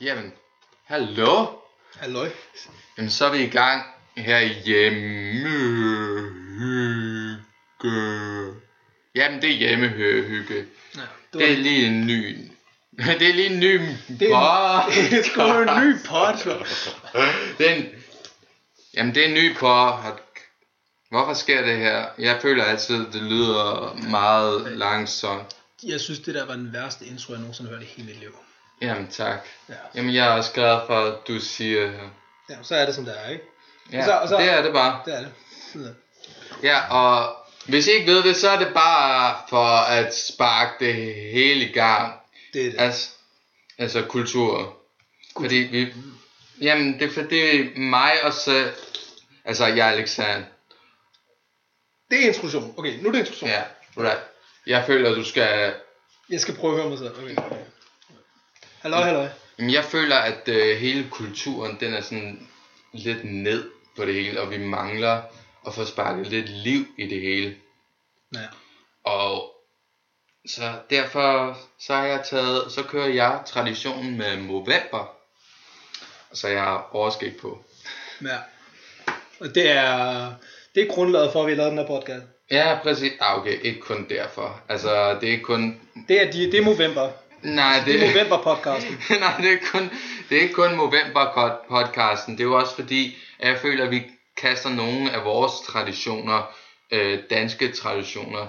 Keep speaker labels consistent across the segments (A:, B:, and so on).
A: Jamen, hallo.
B: Halløj.
A: Jamen, så er vi i gang herhjemme. Jamen, det er hjemmehygge.
B: Ja,
A: Det er lige en ny... Det er lige en ny...
B: Det er en-
A: pod-
B: det er sgu en ny podcast.
A: det er en... Jamen, det er en ny pod... Hvorfor sker det her? Jeg føler altid, det lyder meget langsomt.
B: Jeg synes, det der var den værste intro, jeg nogensinde har hørt i hele mit liv.
A: Jamen, tak.
B: Ja.
A: Jamen, jeg er også glad for, at du siger...
B: ja så er det, som det er, ikke?
A: Ja,
B: Og så- og så-
A: det er det bare.
B: Det er det. Sådan er det.
A: Ja, og hvis I ikke ved det, så er det bare for at sparke det hele i gang.
B: Det er det.
A: Altså, altså kultur. Fordi vi... Jamen, det er fordi mig og så... Altså, jeg er Alexander.
B: Det er introduktion. Okay, nu er det introduktion.
A: Ja, right. Jeg føler, at du skal...
B: Jeg skal prøve at høre mig selv. Okay. Halløj, halløj.
A: Jamen, jeg føler, at øh, hele kulturen, den er sådan lidt ned på det hele, og vi mangler at få sparket lidt liv i det hele.
B: Ja.
A: Og så derfor så har jeg taget, så kører jeg traditionen med Movember. Så jeg har overskæg på.
B: ja. Og det er, det er grundlaget for, at vi lavede den her podcast.
A: Ja, præcis. Ah, okay, ikke kun derfor. Altså, det er ikke kun...
B: Det er, de, det er Movember.
A: Nej,
B: Det
A: det,
B: er Movember-podcasten.
A: nej, det er ikke kun, det er ikke kun Movember-podcasten. Det er jo også fordi, at jeg føler, at vi kaster nogle af vores traditioner, øh, danske traditioner,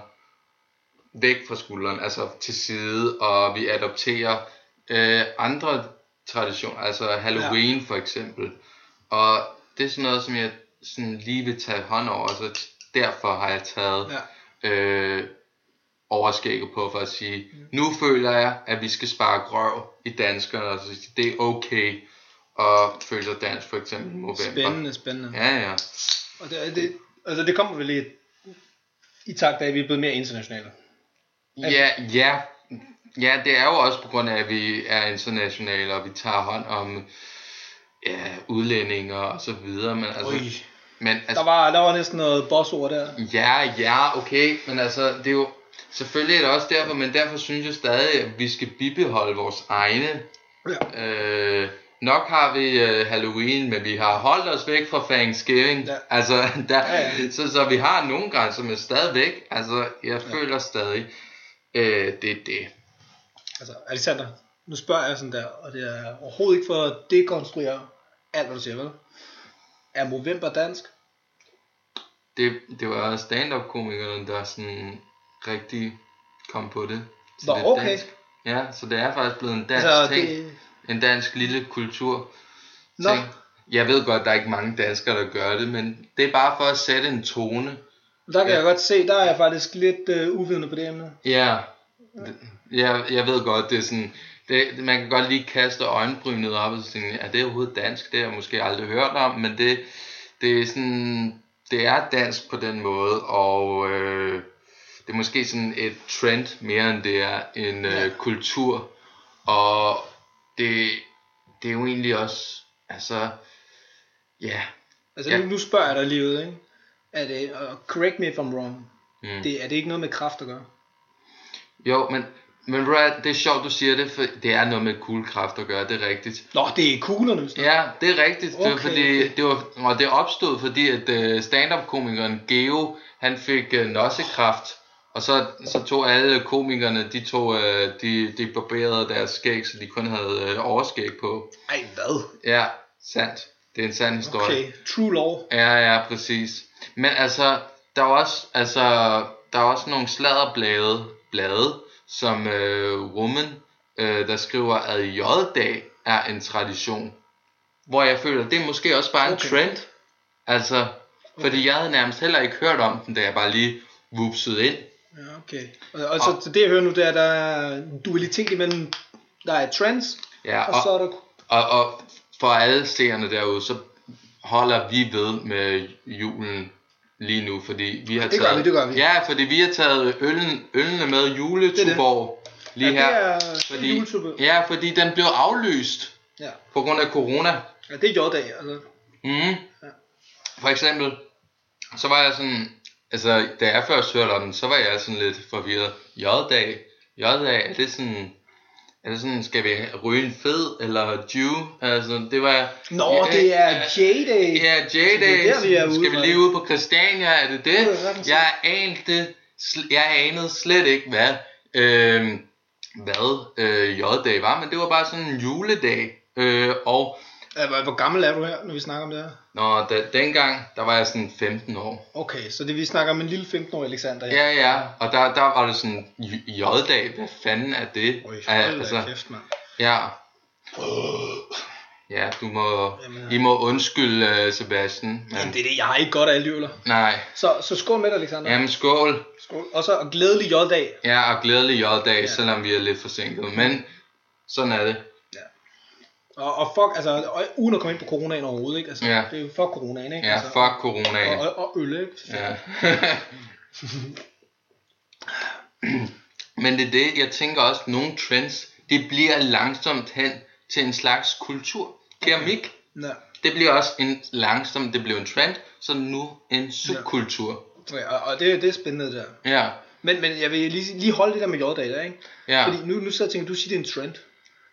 A: væk fra skulderen, altså til side, og vi adopterer øh, andre traditioner, altså Halloween ja. for eksempel. Og det er sådan noget, som jeg sådan lige vil tage hånd over, så t- derfor har jeg taget
B: Ja.
A: øh, overskægget på for at sige,
B: Mm.
A: nu føler jeg, at vi skal spare røv i danskerne, og så sige, det er okay at føle sig dansk, for
B: Mm.
A: eksempel i november.
B: Spændende, spændende.
A: Ja, ja.
B: Og det, er- det, altså, det kommer vel i, i takt af, at vi er blevet mere internationale.
A: Ja, ja. Ja, det er jo også på grund af, at vi er internationale, og vi tager hånd om ja, udlændinger og så videre. Men altså,
B: Ui.
A: men
B: Der
A: altså
B: var, der var næsten noget bossord der.
A: ja, ja, okay, men altså, det er jo, selvfølgelig er det også derfor, men derfor synes jeg stadig, at vi skal bibeholde vores egne.
B: Ja.
A: Øh, nok har vi øh, Halloween, men vi har holdt os væk fra Thanksgiving.
B: Ja.
A: Altså, der,
B: Ja, ja.
A: Så, så vi har nogle grænser, men stadigvæk, altså, jeg føler stadig, øh, det er det.
B: Altså, Alexander, nu spørger jeg sådan der, og det er overhovedet ikke for at dekonstruere alt, hvad du siger, vel? Er Movember dansk?
A: det, det var stand-up komikeren, der sådan rigtig kom på det. Så
B: Nå,
A: det er
B: okay.
A: Dansk. Ja, så det er faktisk blevet en dansk
B: Altså,
A: ting.
B: det...
A: En dansk lille kultur.
B: Nå,
A: Ting. Jeg ved godt, der er ikke mange danskere, der gør det, men det er bare for at sætte en tone.
B: der kan
A: Ja.
B: jeg godt se, der er jeg faktisk lidt øh, uvidende på det emne.
A: Ja, Det- jeg, jeg ved godt, det er sådan... Det, man kan godt lige kaste øjenbrynet op og så tænke, er det overhovedet dansk? Det har jeg måske aldrig hørt om, men det, det er sådan... Det er dansk på den måde, og øh, det er måske sådan et trend mere end det er en
B: Ja.
A: øh, kultur. Og det, det er jo egentlig også... Altså... Ja.
B: Altså,
A: Ja.
B: ja. nu, nu spørger jeg dig lige ud, ikke? Er det, og correct me if I'm wrong,
A: Mm.
B: det, er det ikke noget med kraft at gøre?
A: Jo, men, men Brad, det er sjovt, du siger det, for det er noget med kuglekraft at gøre, det er rigtigt.
B: Nå, det er kuglerne, hvis ja.
A: Ja, det er rigtigt. Okay, det var
B: Okay,
A: fordi,
B: okay.
A: det var, og det opstod fordi, at øh, stand-up-komikeren Geo, han fik øh, nossekraft. Og så, så tog alle komikerne, de, tog, øh, de, de barberede deres skæg, så de kun havde øh, overskæg på.
B: Ej, hvad?
A: Ja, sandt. Det er en sand historie.
B: Okay, true law.
A: Ja, ja, præcis. Men altså, der er jo også, altså, der er også nogle sladderblade, blade, som øh, Woman, øh, der skriver, at J-dag er en tradition. Hvor jeg føler, det er måske også bare en
B: Okay.
A: trend. Altså, fordi jeg havde nærmest heller ikke hørt om den, da jeg bare lige vupsede ind.
B: Ja, okay. Og, og så, så det jeg hører nu, det er, at der er en dualitet imellem, der er trends,
A: Ja,
B: og så er der...
A: Og, og for alle seerne derude, så holder vi ved med julen lige nu, fordi vi har
B: Det gør
A: taget...
B: vi, det gør vi.
A: Ja, fordi vi har taget øllen, øllene med juletuborg lige
B: ja,
A: her.
B: det er
A: fordi,
B: julesuppe.
A: ja, fordi den blev aflyst
B: Ja.
A: på grund af corona.
B: ja, det er J-dag, altså.
A: Mm. For eksempel, så var jeg sådan, altså da jeg først hørte om den, så var jeg sådan lidt forvirret. J-dag, J-dag, er det sådan, Er det sådan, skal vi ryge en fed eller Jew? Altså, det var...
B: Nå, det er J-Day.
A: Ja,
B: Det er
A: J-Day.
B: der, vi er ude
A: Skal vi
B: fra.
A: lige ud på Christiania? Er det det?
B: Det kan sagtens
A: Jeg anede, sl- jeg anede slet ikke, hvad, øh, hvad øh, J-Day var, men det var bare sådan en juledag. Øh, og
B: Ja, hvor- Hvor gammel er du her, når vi snakker om det her?
A: når da, dengang, der var jeg sådan 15 år.
B: Okay, så det vi snakker om en lille 15-årig Alexander her.
A: Ja, ja, og der, der var det sådan, J- J-Dag, hvad fanden er det?
B: Oj,
A: Ja, altså.
B: hold da kæft, mand.
A: Ja. Ja, du må,
B: Jamen,
A: I må undskylde, øh, Sebastian.
B: Jamen,
A: Men,
B: det er det, jeg har ikke godt af alle de øller.
A: nej.
B: Så, så skål med dig, Alexander.
A: Jamen, skål.
B: Skål. Og så og glædelig J-dag.
A: Ja, og glædelig J-dag,
B: Ja.
A: ja. selvom vi er lidt forsinket. Men sådan er det.
B: Og, og fuck, altså, og, uden at komme ind på coronaen overhovedet, ikke? Altså,
A: Ja.
B: det er jo fuck coronaen, ikke?
A: Ja,
B: altså,
A: fuck coronaen.
B: Og, og, og øl, ikke?
A: Ja. Men det er det, jeg tænker også, nogle trends, det bliver langsomt hen til en slags kultur. Keramik,
B: Ja.
A: det bliver også en langsomt, det blev en trend, så nu en subkultur.
B: Ja, og, og det, det er spændende, det der.
A: Ja,
B: Men, men jeg vil lige, lige holde det der med J-dag der, ikke?
A: ja.
B: Fordi nu, nu sidder jeg og tænker, du siger, det er en trend.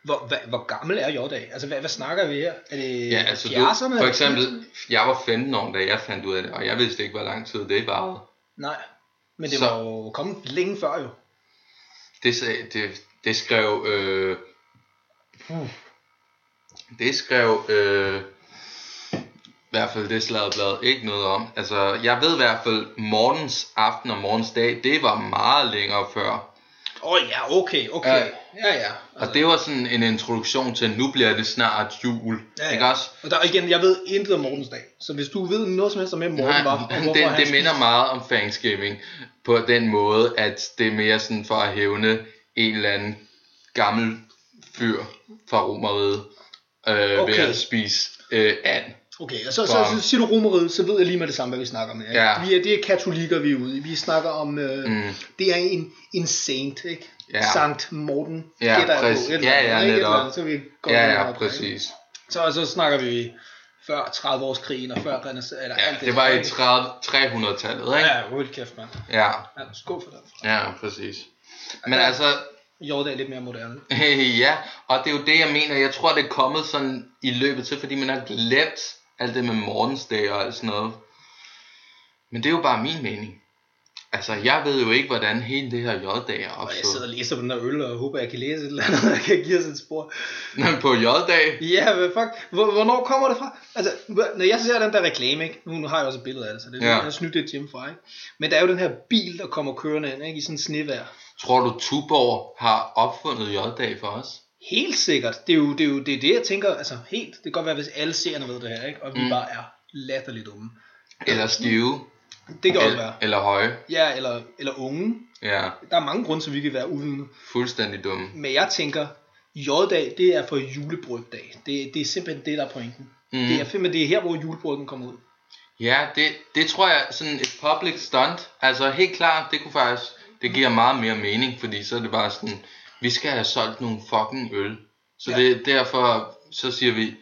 B: Hvor, hvad, hvor gammel er J-dag? Altså, hvad, hvad snakker vi her? Er det
A: Ja, altså du,
B: 70'erne?
A: for eksempel, jeg var 15 år, da jeg fandt ud af det, og jeg vidste ikke, hvor lang tid det varede.
B: Nej, men det
A: Så-
B: var jo kommet længe før jo.
A: Det, sag- det, det skrev, øh, puh, det skrev, øh, i hvert fald det sladderblad ikke noget om. Altså, jeg ved i hvert fald, morgens aften og morgens dag, det var meget længere før.
B: Åh oh, ja, okay, okay.
A: Ja.
B: Ja, ja. ja.
A: Og det var sådan en introduktion til, nu bliver det snart jul.
B: Ja, ja.
A: Ikke også?
B: Og der, igen, jeg ved intet om Mortens dag. Så hvis du ved noget som helst om, hvem Morten
A: Nej,
B: var, og
A: men
B: hvorfor
A: det,
B: han
A: det minder meget om Thanksgiving på den måde, at det er mere sådan for at hævne en eller anden gammel fyr fra Romeriet øh, okay. ved
B: Okay.
A: at spise øh, and.
B: Okay, og så, så,
A: For-
B: så siger du romeriet, så ved jeg lige med det samme, hvad vi snakker om. Ikke?
A: Ja.
B: Vi er, det er katolikker, vi er ude i. Vi snakker om, øh,
A: Mm.
B: det er en, en saint, ikke?
A: Ja.
B: Sankt Morten,
A: Ja,
B: gætter jeg på,
A: præcis.
B: et eller
A: Ja,
B: andet,
A: ja,
B: ikke? Et
A: netop.
B: eller andet, Så, vi går
A: Ja,
B: lidt
A: ja,
B: op, Ikke?
A: præcis.
B: Så, så snakker vi før 30-årskrigen, og før renaissance, eller alt
A: Ja,
B: det
A: det var
B: der,
A: i
B: ikke?
A: 30 300-tallet, ikke?
B: Ja, hold kæft, mand.
A: Ja,
B: Ja, skål for det.
A: ja, præcis. Men altså,
B: Jo, det er lidt mere moderne.
A: Øh, ja, og det er jo det, jeg mener. Jeg tror, det er kommet sådan i løbet til, fordi man har glemt alt det med morgensdag og alt sådan noget. Men det er jo bare min mening. Altså, jeg ved jo ikke, hvordan hele det her J-dag er
B: Og jeg sidder
A: opstået.
B: og læser på den der øl, og håber, jeg kan læse et eller andet, der kan give os et spor.
A: Men på J-dag?
B: Ja, hvad fuck? Hvor, hvornår kommer det fra? Altså, hv- når jeg ser den der reklame, ikke? Nu, nu har jeg også et billede af det, så det er
A: Ja.
B: ja. har snydt det hjemmefra, ikke? Men der er jo den her bil, der kommer kørende ind, ikke? I sådan en snevejr.
A: Tror du, Tuborg har opfundet J-dag for os?
B: Helt sikkert. Det er jo det, er jo, det, er det jeg tænker, altså helt. Det kan godt være, hvis alle seerne ved det her, ikke? Og vi
A: Mm.
B: mm. bare er latterligt dumme.
A: Eller Stive?
B: Det kan også
A: Eller,
B: være.
A: eller Høje?
B: Ja, eller, eller unge.
A: Ja,
B: Der er mange grunde til, vi kan være uvidende.
A: fuldstændig dumme.
B: Men jeg tænker, J-dag, det er for julebrygdag. Det, det er simpelthen det, der er pointen. Mm. Det er simpelthen det er her, hvor julebryggen kommer ud.
A: Ja, det, det tror jeg sådan et public stunt. Altså helt klart, det kunne faktisk, det giver meget mere mening, fordi så er det bare sådan, vi skal have solgt nogle fucking øl. Så ja.
B: Ja.
A: det, derfor så siger vi,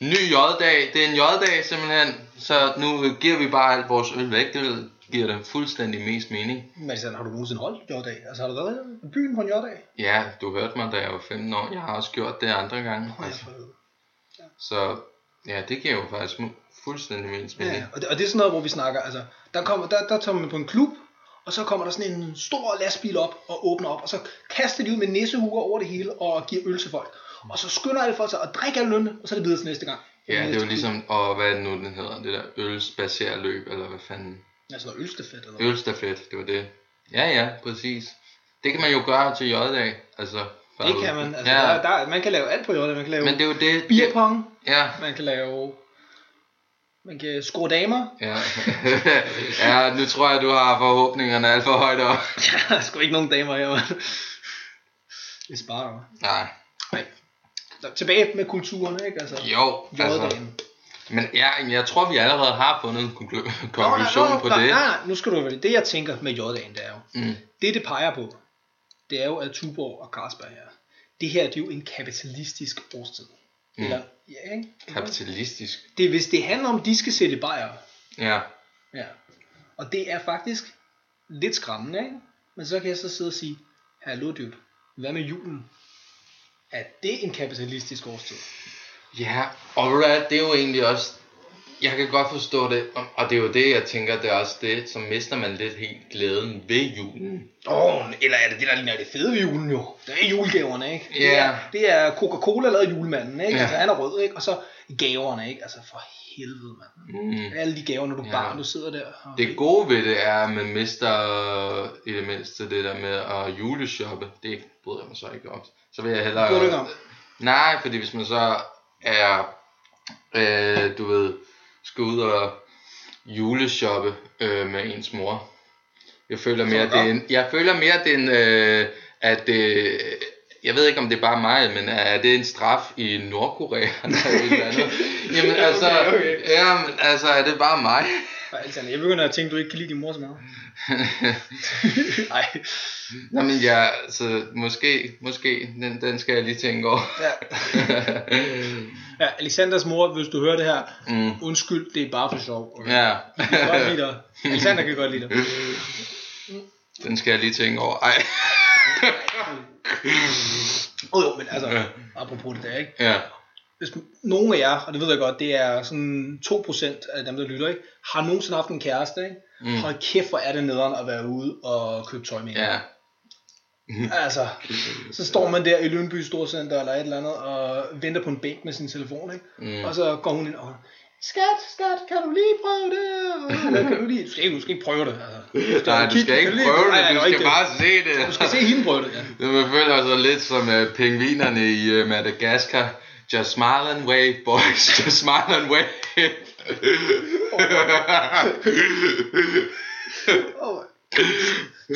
A: ny J-dag, det er en J-dag simpelthen, så nu giver vi bare alt vores øl væk, det giver da fuldstændig mest mening.
B: Men sådan, har du nogensinde holdt J-dag? Altså har du været i byen på en J-dag?
A: Ja, du hørte mig, da jeg var 15 år, jeg har også gjort det andre gange. Altså, så ja, det giver jo faktisk mu- fuldstændig mest mening.
B: Ja, og det, og det er sådan noget, hvor vi snakker, altså, der, kommer, der, der tager man på en klub, og så kommer der sådan en stor lastbil op og åbner op, og så kaster de ud med nissehuer over det hele og giver øl til folk. Og så skynder alle folk sig og drikker alle ølene, og så er det videre til næste gang.
A: Ja, det er
B: Næste
A: jo ligesom, og hvad er det nu, den hedder, det der ølspacerløb, eller hvad fanden?
B: klub. Altså noget ølstafet eller noget.
A: Ølstafet, det var det. Ja, ja, præcis. Det kan man jo gøre til J-dag, altså. bare
B: Det
A: ud.
B: kan man. Altså,
A: ja,
B: ja. der, der, man kan lave alt på J-dag. Man kan lave
A: men det er jo det. det
B: beerpong,
A: ja,
B: man kan lave... Man kan skrue damer.
A: ja. ja, nu tror jeg, du har forhåbningerne alt for højt op.
B: Der er sgu ikke nogen damer her, mand. Det sparer mig.
A: Nej,
B: Så tilbage med kulturen, ikke? Altså,
A: jo, altså.
B: Jordan.
A: Men ja, men jeg tror, vi allerede har fundet en konklu-
B: Nå, nej,
A: konklusion
B: nå,
A: på
B: nej,
A: det.
B: Nej, nej, nu skal du høre, det jeg tænker med Jordan, det er jo,
A: Mm.
B: det det peger på, det er jo, at Tuborg og Carlsberg her, det her det er jo en kapitalistisk årstid.
A: Mm.
B: Mm. Eller, ja, ikke?
A: Kapitalistisk.
B: Det, hvis det handler om, at de skal sætte bajer,
A: Ja,
B: ja. og det er faktisk lidt skræmmende, ikke? men så kan jeg så sidde og sige, hallo dybt, hvad med julen? er det en kapitalistisk årstid?
A: Ja, og ved du hvad, det er jo egentlig også, jeg kan godt forstå det, og- og det er jo det, jeg tænker, det er også det, så mister man lidt helt glæden ved julen.
B: Åh, oh, eller er det det, der ligner det fede ved julen jo? Det er julegaverne, ikke? Det
A: Ja.
B: er- Det er Coca-Cola lavet af julemanden, ikke?
A: Ja.
B: Altså, han er rød, ikke? Og så gaverne, ikke? Altså, for helvede, mand.
A: Mm.
B: Alle de gaver, når du
A: Ja.
B: ja. barn, du sidder der. Og...
A: Det gode ved det er, at man mister øh, i det mindste det der med at juleshoppe. Det bryder jeg mig så ikke om. Så vil jeg hellere...
B: Bryder du ikke om?
A: Nej, fordi hvis man så er, øh, du ved, skal ud og juleshoppe øh, med ens mor. Jeg føler mere, det
B: Som du gør.
A: er en, jeg føler mere, det er en, øh, at det, jeg ved ikke, om det er bare mig, men er det en straf i Nordkorea? Eller et eller andet? Jamen
B: Okay,
A: altså,
B: okay.
A: jamen, altså, er det bare mig?
B: Og Alexander, altså, jeg begynder at tænke, du ikke kan lide din mor så meget. Nej.
A: Nå, men ja, så måske, måske, den, den skal jeg lige tænke over.
B: Ja. ja, Alexanders mor, hvis du hører det her,
A: mm,
B: undskyld, det er bare for sjov. Okay?
A: ja,
B: Jeg kan godt lide dig. Alexander kan godt lide dig.
A: den skal jeg lige tænke over. Ej,
B: Åh oh, jo, men altså,
A: Ja.
B: apropos det der, ikke?
A: ja.
B: hvis nogen af jer, og det ved jeg godt, det er sådan 2% af dem, der lytter, ikke? har nogensinde haft en kæreste, ikke? Mm. hold kæft, hvor er det nederen at være ude og købe tøj med hende.
A: Ja,
B: Altså, så står man der i Lønby Storcenter eller et eller andet, og venter på en bænk med sin telefon, ikke? Mm. og så går hun ind og Skat, skat, kan du lige prøve det? Eller kan du lige... Du skal ikke, du skal ikke prøve det. Altså.
A: nej, du
B: Kig,
A: skal
B: kan
A: ikke
B: lige-
A: prøve
B: Nej,
A: det,
B: jeg
A: du
B: gør
A: skal
B: ikke det.
A: bare se det.
B: Du skal se hende prøve det, ja.
A: Man føler sig lidt som øh, pingvinerne i øh, Madagaskar. Just smile and wave, boys. Just smile and wave.
B: Oh.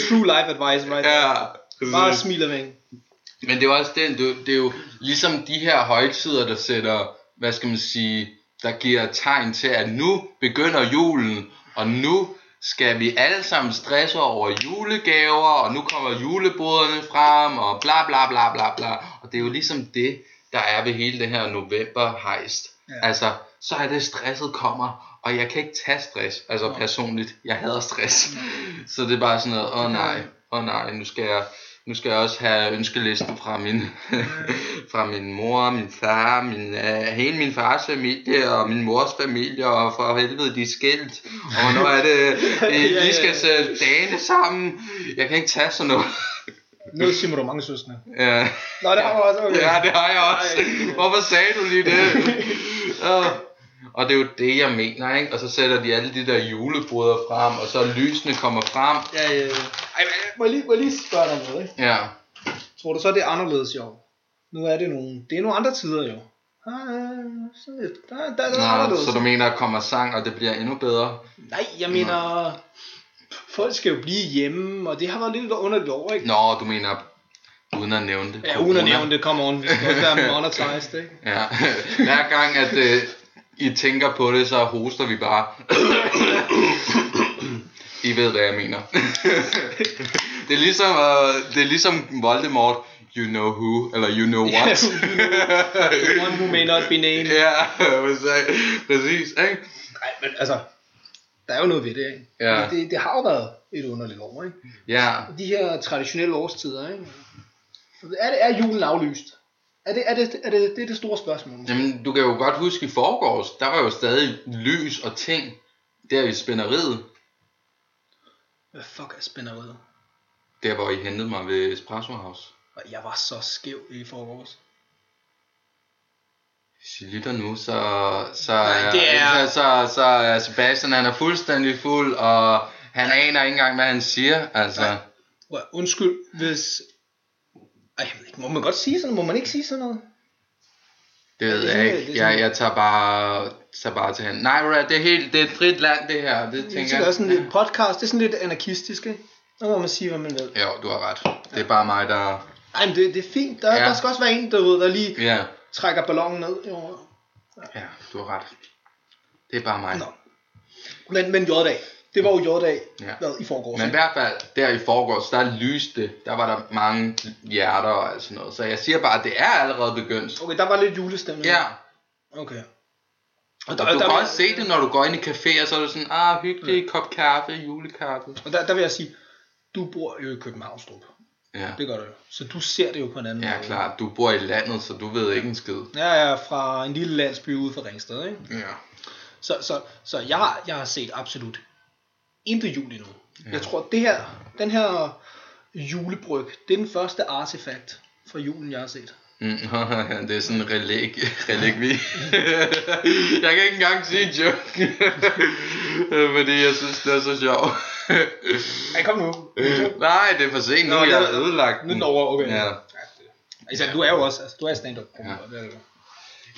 B: True life advice, right?
A: ja.
B: Bare smil og vink.
A: Men det er jo også det, det, er jo- det er jo ligesom de her højtider, der sætter, hvad skal man sige, der giver tegn til, at nu begynder julen, og nu skal vi alle sammen stresse over julegaver, og nu kommer juleboderne frem, og bla bla bla bla bla. Og det er jo ligesom det, der er ved hele det her novemberhejst. Ja.
B: Ja.
A: Altså, så er det stresset kommer, og jeg kan ikke tage stress, altså
B: Nå.
A: personligt, jeg hader stress. Så det er bare sådan noget, åh oh, nej, åh oh, nej, nu skal jeg nu skal jeg også have ønskelisten fra min, fra min mor, min far, min, uh, hele min fars familie og min mors familie, og for helvede, de er skilt, og hvornår er det,
B: Ja,
A: de,
B: ja.
A: de skal sætte dagene sammen. Jeg kan ikke tage sådan noget.
B: Nu siger du mange søsne.
A: Ja.
B: Nå, det har du også. Okay.
A: Ja, det har jeg også.
B: Ej.
A: Hvorfor sagde du lige det? Åh. Og det er jo det, jeg mener, ikke? Og så sætter de alle de der julebryder frem, og så lysene kommer frem.
B: Ja, ja, ja. Ej, men øh, må jeg lige, må jeg lige spørge dig om noget, ikke?
A: Ja.
B: Tror du så, det er anderledes i år? Nu er det nogle, det er nogle andre tider jo. Ah, så- Der, der, der er noget
A: Nå,
B: anderledes.
A: så du mener, der kommer sang, og det bliver endnu bedre?
B: Nej, jeg mener, folk skal jo blive hjemme, og det har været lidt underligt år, ikke?
A: Nå, du mener, uden at nævne det.
B: Ja, uden at nævne det, come on, vi skal også være monetized, ikke?
A: Ja. Hver gang, at øh, I tænker på det, så hoster vi bare. I ved, hvad jeg mener. det, er ligesom, øh, det er ligesom Voldemort, you know who, eller you know what.
B: The One who may not be named.
A: ja, præcis- præcis, ikke?
B: Nej, men altså, der er jo noget ved det, ikke?
A: Ja.
B: Men Det, det har jo været et underligt år, ikke?
A: Ja,
B: de her traditionelle årstider, ikke? Er, det, er julen aflyst? Er det er det, er det, det, er det store spørgsmål? måske?
A: Jamen, du kan jo godt huske i forgårs, der var jo stadig lys og ting der i spænderiet.
B: Hvad fuck er spænderiet?
A: Der, hvor I hentede mig ved Espresso House.
B: Og Jeg var så skæv i forgårs.
A: Hvis I lytter nu, så, så,
B: Nej, det er-
A: så, så, så er Sebastian han er fuldstændig fuld, og han aner ikke engang, hvad han siger. Altså,
B: Nej. Prøv at- Undskyld, hvis... Ej, jeg ved ikke, må man godt sige sådan Må man ikke sige sådan noget?
A: det
B: det
A: ved
B: er
A: jeg
B: sådan, det
A: ikke.
B: er sådan-
A: Jeg, jeg tager bare, tager bare til hende. Nej, Rad, det er, helt, det er et frit land, det her. Det
B: Jeg
A: tænker
B: synes, det er
A: jeg.
B: sådan lidt podcast, det er sådan lidt anarkistisk, ikke? Nu må man sige, hvad man vil.
A: Jo, du har ret. Det er bare mig, der...
B: Ej, men det, det er fint. Der,
A: Ja.
B: ja. der skal også være en, der, ved, der lige
A: Ja,
B: trækker ballonen ned. Jo.
A: ja du har ret. Det er bare mig.
B: Nå. Men, men jordag. Det var jo jordag
A: Ja.
B: ja. hvad, i forgårs.
A: Men i hvert fald, der i forgårs, der lyste, der var der mange hjerter og alt sådan noget. Så jeg siger bare, at det er allerede begyndt.
B: Okay, der var lidt julestemning.
A: Ja,
B: Okay.
A: Og
B: der-
A: du kan
B: der vil-
A: også se det, når du går ind i caféer, så er det sådan, ah, hyggelig kop kaffe, julekaffe.
B: Og der, der vil jeg sige, du bor jo i Københavnstrup.
A: Ja.
B: Det gør du jo. Så du ser det jo på en anden
A: Ja,
B: måde.
A: klart. Du bor i landet, så du ved ikke en skid.
B: Jeg er fra en lille landsby ude for Ringsted, ikke?
A: Ja.
B: Så, så, så jeg, har- jeg har set absolut intet jul endnu. Ja. Jeg tror, det her, den her julebryg, det er den første artefakt fra julen, jeg har set.
A: Mm, det er sådan en relik, relikvi. jeg kan ikke engang sige joke, fordi jeg synes, det er så sjovt.
B: Ej, kom nu.
A: Nej, det er for sent nu,
B: Nå,
A: jeg
B: jeg-
A: har ødelagt
B: Nu er
A: den.
B: den over, okay.
A: Ja.
B: Altså, du er jo også, altså, du er stand-up. Ja.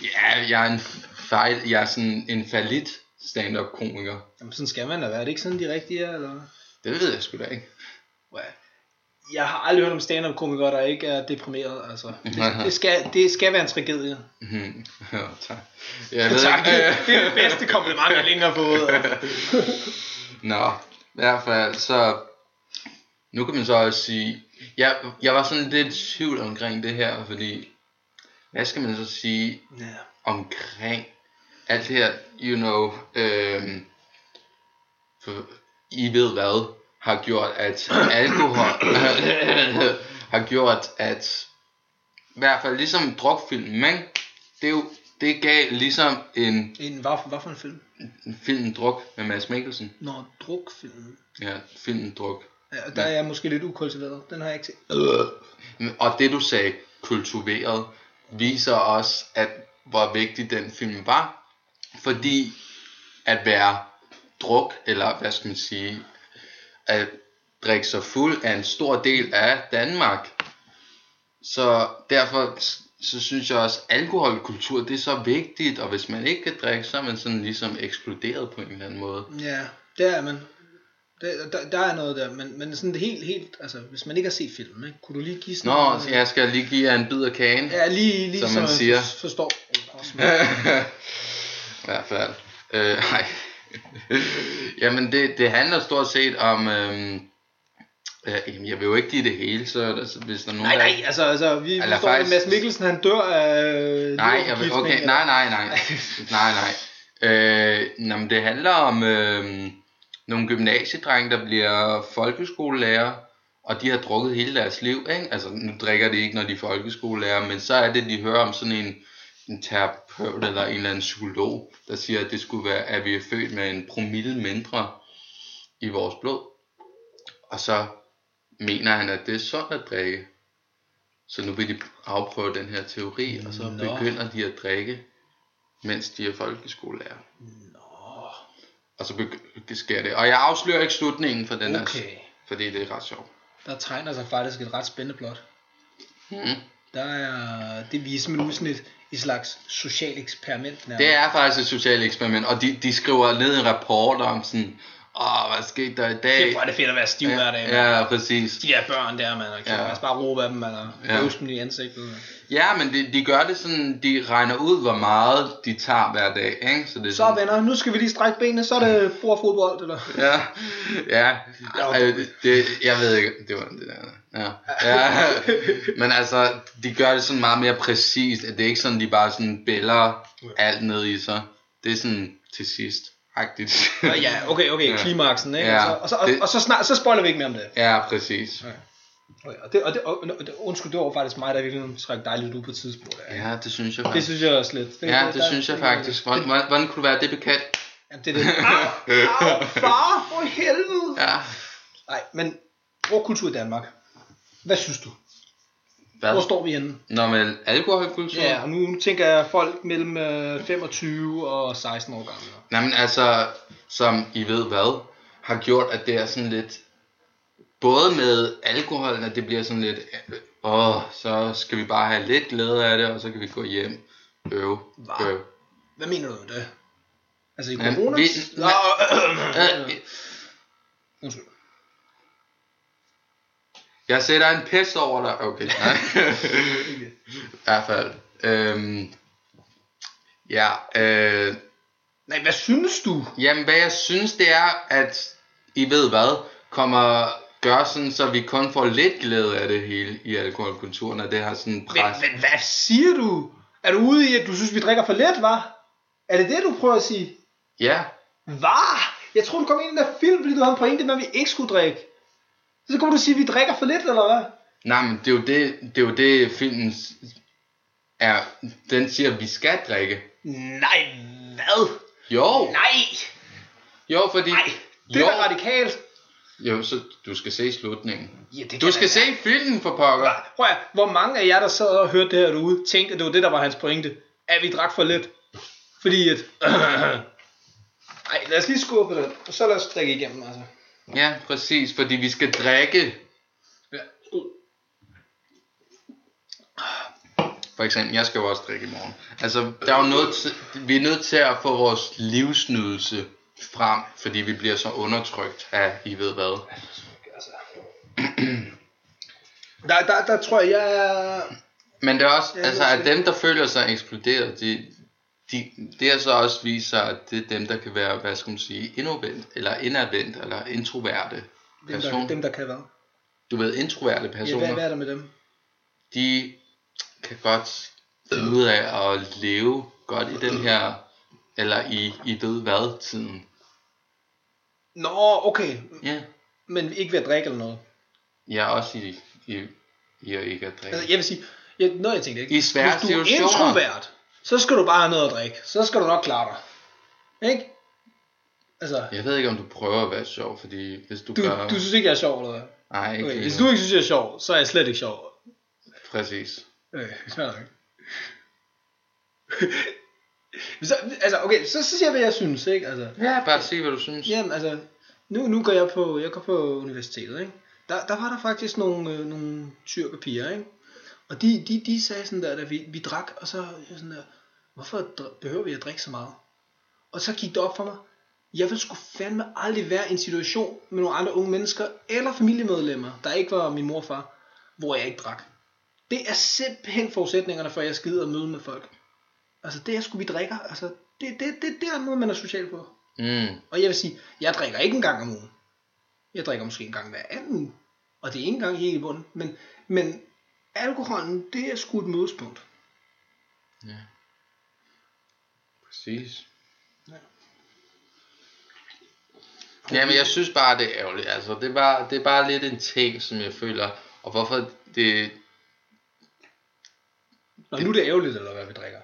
A: ja, jeg er en fejl, jeg er sådan en falit stand-up komiker.
B: Jamen, sådan skal man da være. Er det ikke sådan, de rigtige er, eller?
A: Det ved jeg sgu da ikke.
B: Jeg har aldrig hørt om stand-up-komikere, der ikke er deprimeret, altså. Det, det, skal, det skal være en tragedie.
A: Mhm. Ja, tak. Jeg ved
B: Tak, det,
A: ikke.
B: det er det bedste kompliment, jeg længe har fået. Altså.
A: Nå, i hvert fald, så... Nu kan man så også sige... Jeg, jeg var sådan lidt i tvivl omkring det her, fordi... Hvad skal man så sige
B: Ja.
A: omkring alt det her, you know... Øhm, for, I ved hvad, har gjort, at alkohol har gjort, at i hvert fald ligesom drukfilm, ikke? Det, er jo, det gav ligesom en
B: En, hvad, for- hvad for en film?
A: film Druk med Mads Mikkelsen.
B: Nå, drukfilm.
A: Ja, filmen Druk.
B: Ja, der er jeg måske lidt ukultiveret. Den har jeg ikke set.
A: Og det du sagde, kultiveret, viser os, at hvor vigtig den film var. Fordi at være druk, eller hvad skal man sige, at drikke sig fuld, er en stor del af Danmark. Så derfor s- så synes jeg også, at alkoholkultur det er så vigtigt, og hvis man ikke kan drikke, så er man sådan ligesom ekskluderet på en eller anden måde.
B: Ja, der er man. Der, der, der er noget der, men, men sådan helt, helt, altså, hvis man ikke har set filmen, ikke? kunne du lige give sådan
A: Nå,
B: en-
A: så jeg skal lige give jer en bid af kagen.
B: Ja, lige, lige
A: Som
B: så
A: man
B: man
A: siger.
B: for- forstår. Åh, åh, smag.
A: I hvert fald. Øh, nej. jamen, det, det handler stort set om... øhm, Øh, jamen, jeg vil jo ikke give det hele, så er der- så hvis der er nogen...
B: nej,
A: der-
B: nej, altså, altså vi
A: Eller
B: Eller forstår, faktisk...
A: faktisk-
B: at Mads Mikkelsen, han dør af
A: Nej, jeg vil,
B: leverforgiftning,
A: okay,
B: Øh, eller-
A: nej, nej, nej. nej, nej. Øh, nå, men det handler om øh, nogle gymnasiedrenge, der bliver folkeskolelærer, og de har drukket hele deres liv. Ikke? Altså, nu drikker de ikke, når de er folkeskolelærer, men så er det, de hører om sådan en, en terapeut eller en eller anden psykolog, der siger, at det skulle være, at vi er født med en promille mindre i vores blod. Og så mener han, at det er sundt at drikke. Så nu vil de afprøve den her teori, og så
B: Nå.
A: begynder de at drikke, mens de er folkeskolelærer. Og så begy- det sker det. Og jeg afslører ikke slutningen for den her,
B: Okay,
A: fordi det er ret sjovt.
B: der tegner sig faktisk et ret spændende plot.
A: Mhm.
B: Der er, det viser man ud sådan et, et slags socialt eksperiment nærmest.
A: Det er faktisk et socialt eksperiment, og de, de skriver ned en rapport om sådan, åh, hvad skete der i dag?
B: Kæft, hvor er det fedt at være stiv hver dag, mand.
A: ja, ja, præcis.
B: de der børn der, man. Og kan
A: Ja.
B: ja. bare råbe af dem, man. Og
A: Ja.
B: ja. dem i ansigtet. mand.
A: Ja, men de, de gør det sådan, de regner ud, hvor meget de tager hver dag, ikke? Så det er
B: Så
A: sådan,
B: venner, nu skal vi lige strække benene, så er det bordfodbold, eller?
A: Ja, ja.
B: var
A: Ej, det, jeg ved ikke, det var det der. Ja. ja. Men altså, de gør det sådan meget mere præcist, at det er ikke sådan, de bare sådan bæller alt ned i sig. Det er sådan til sidst, agtigt.
B: Nå, Ja, okay, okay,
A: Ja.
B: ja. klimaksen, ikke?
A: Ja.
B: Ja. Og, så, og, og,
A: Det-
B: og, så snart, så spoiler vi ikke mere om det.
A: Ja, præcis.
B: Okay, og, det, og, det, og, og det, undskud, det var faktisk mig, der virkelig trække dig lidt ud på et tidspunkt. Ja.
A: Ja, det synes jeg
B: Det
A: faktisk.
B: synes jeg også lidt. Det,
A: Ja,
B: der-
A: det synes jeg
B: er-
A: faktisk. Hvordan, hvordan- hvordan kunne det være det bekendt?
B: Jamen, det er det. Au, au, far, for helvede.
A: Ja.
B: Nej, men drukkultur i Danmark. Hvad synes du? Hvor
A: Hvad?
B: står vi henne?
A: Nå, men alkoholkultur?
B: Ja, og nu tænker jeg folk mellem øh, 25 og 16 år gamle.
A: Nej, men altså, som I ved hvad, har gjort, at det er sådan lidt, både med alkoholen, at det bliver sådan lidt, øh, åh, så skal vi bare have lidt glæde af det, og så kan vi gå hjem, øve,
B: Hva?
A: øve.
B: Hvad mener du med det? Altså i
A: Jamen,
B: corona?
A: vi-
B: Nå,
A: Øh, øh,
B: undskyld.
A: Jeg sætter en pest over dig. Okay, nej. I hvert fald. Øhm, ja, øh,
B: Nej, hvad synes du?
A: Jamen, hvad jeg synes, det er, at I ved hvad, kommer gør sådan, så vi kun får lidt glæde af det hele i alkoholkulturen, og det har sådan en
B: Men,
A: pres.
B: men hvad siger du? Er du ude i, at du synes, vi drikker for let, var? Er det det, du prøver at sige?
A: Ja,
B: Var? Jeg tror, du kom ind i den der film, fordi du havde en pointe med, at vi ikke skulle drikke. Så kommer du og sige, at vi drikker for lidt, eller hvad?
A: Nej, men det er jo det, det, er jo det filmen s- er. Den siger, at vi skal drikke.
B: Nej, hvad?
A: Jo,
B: Nej,
A: jo, fordi...
B: nej. Det
A: jo,
B: er da radikalt.
A: jo, så du skal se slutningen.
B: Ja, det
A: Du
B: kan
A: skal
B: da
A: se filmen for pokker.
B: være. Prøv at, hvor mange af jer, der sad og hørte det her derude, tænkte, at det var det, der var hans pointe. At vi drak for lidt. Fordi at... Nej, lad os lige skubbe den, og så lad os drikke igennem, altså.
A: Ja, præcis, fordi vi skal drikke.
B: Ja.
A: For eksempel, jeg skal jo også drikke i morgen. Altså, der er jo noget til, vi er nødt til at få vores livsnydelse frem, fordi vi bliver så undertrykt af, I ved hvad.
B: Altså. Der, der, der tror jeg, jeg er...
A: Men det er også,
B: Ja,
A: altså,
B: det er
A: at dem, der føler sig ekskluderet, de, de, det har så også vist sig, at det er dem, der kan være, hvad skal man sige, indadvendt, eller indadvendt, eller introverte
B: Dem, der,
A: personer.
B: dem, der kan være.
A: Du ved, introverte
B: Ja, hvad,
A: personer.
B: hvad er der med dem?
A: de kan godt finde ud af at leve godt i den her, eller i, i ved hvad tiden.
B: Nå, okay.
A: Ja,
B: Men ikke ved at drikke eller noget.
A: jeg er også i, i, i at ikke at
B: Altså,
A: drikke.
B: jeg vil sige, jeg, noget jeg tænkte ikke.
A: I svære
B: Hvis du er
A: situationer.
B: introvert, så skal du bare have noget at drikke. Så skal du nok klare dig. Ikke? Altså,
A: Jeg ved ikke, om du prøver at være sjov, fordi hvis du,
B: du,
A: gør...
B: du synes ikke, jeg er sjov, eller hvad?
A: nej, ikke
B: Okay,
A: okay,
B: hvis du ikke synes, jeg er sjov, så er jeg slet ikke sjov.
A: Præcis.
B: Øh, fair nok. så, altså, okay, så, så siger jeg, hvad jeg synes, ikke? Altså,
A: Ja, bare sig, hvad du synes.
B: Jamen altså, nu, nu går jeg på, jeg går på universitetet, ikke? Der, der var der faktisk nogle, øh, nogle tyrke piger, ikke? Og de, de, de sagde sådan der, at vi, vi drak, og så jeg sådan der, hvorfor dr- behøver vi at drikke så meget? Og så gik det op for mig, jeg ville sgu fandme aldrig være i en situation med nogle andre unge mennesker, eller familiemedlemmer, der ikke var min mor og far, hvor jeg ikke drak. Det er simpelthen forudsætningerne for, at jeg skider at møde med folk. Altså det er sgu, vi drikker. Altså, det, det, det, det er den måde, man er social på.
A: Mm.
B: Og jeg vil sige, jeg drikker ikke en gang om ugen. Jeg drikker måske en gang hver anden uge. Og det er ikke engang helt i bunden. Men, men alkoholen, det er sgu et mødespunkt.
A: Præcis.
B: Ja.
A: Jamen, jeg synes bare, det er ærgerligt. Altså, det er, bare, det er bare lidt en ting, som jeg føler. Og hvorfor det...
B: Nå, nu er det ærgerligt, eller hvad vi drikker.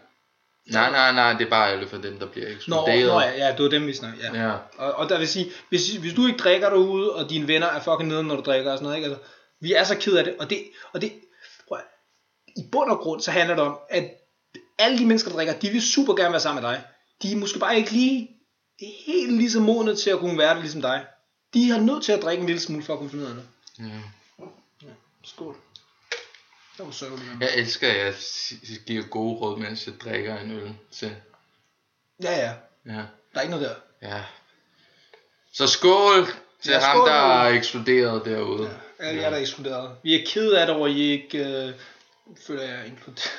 A: Nej, nej, nej, det er bare ærgerligt for dem, der bliver
B: Nå,
A: ekskluderet.
B: nå ja, ja, det var dem, vi snakkede. Ja.
A: ja.
B: Og, og der vil sige, hvis, hvis du ikke drikker derude, og dine venner er fucking nede, når du drikker og sådan noget, ikke? Altså, vi er så ked af det, og det, og det prøv, at- i bund og grund, så handler det om, at alle de mennesker, der drikker, de vil super gerne være sammen med dig. De er måske bare ikke lige helt lige så modne til at kunne være det ligesom dig. De har nødt til at drikke en lille smule for at kunne finde ud af det.
A: ja.
B: Skål. Det var sørgeligt.
A: Jeg elsker, at jeg s- giver gode råd, mens jeg drikker en øl til.
B: Ja, ja.
A: Ja.
B: Der er ikke noget der.
A: ja. Så skål til
B: Ja,
A: ja, ham,
B: skål.
A: der er eksploderet derude.
B: Alle jer, der er ekskluderet. Vi er ked af det, hvor I ikke øh, føler jer inkluderet.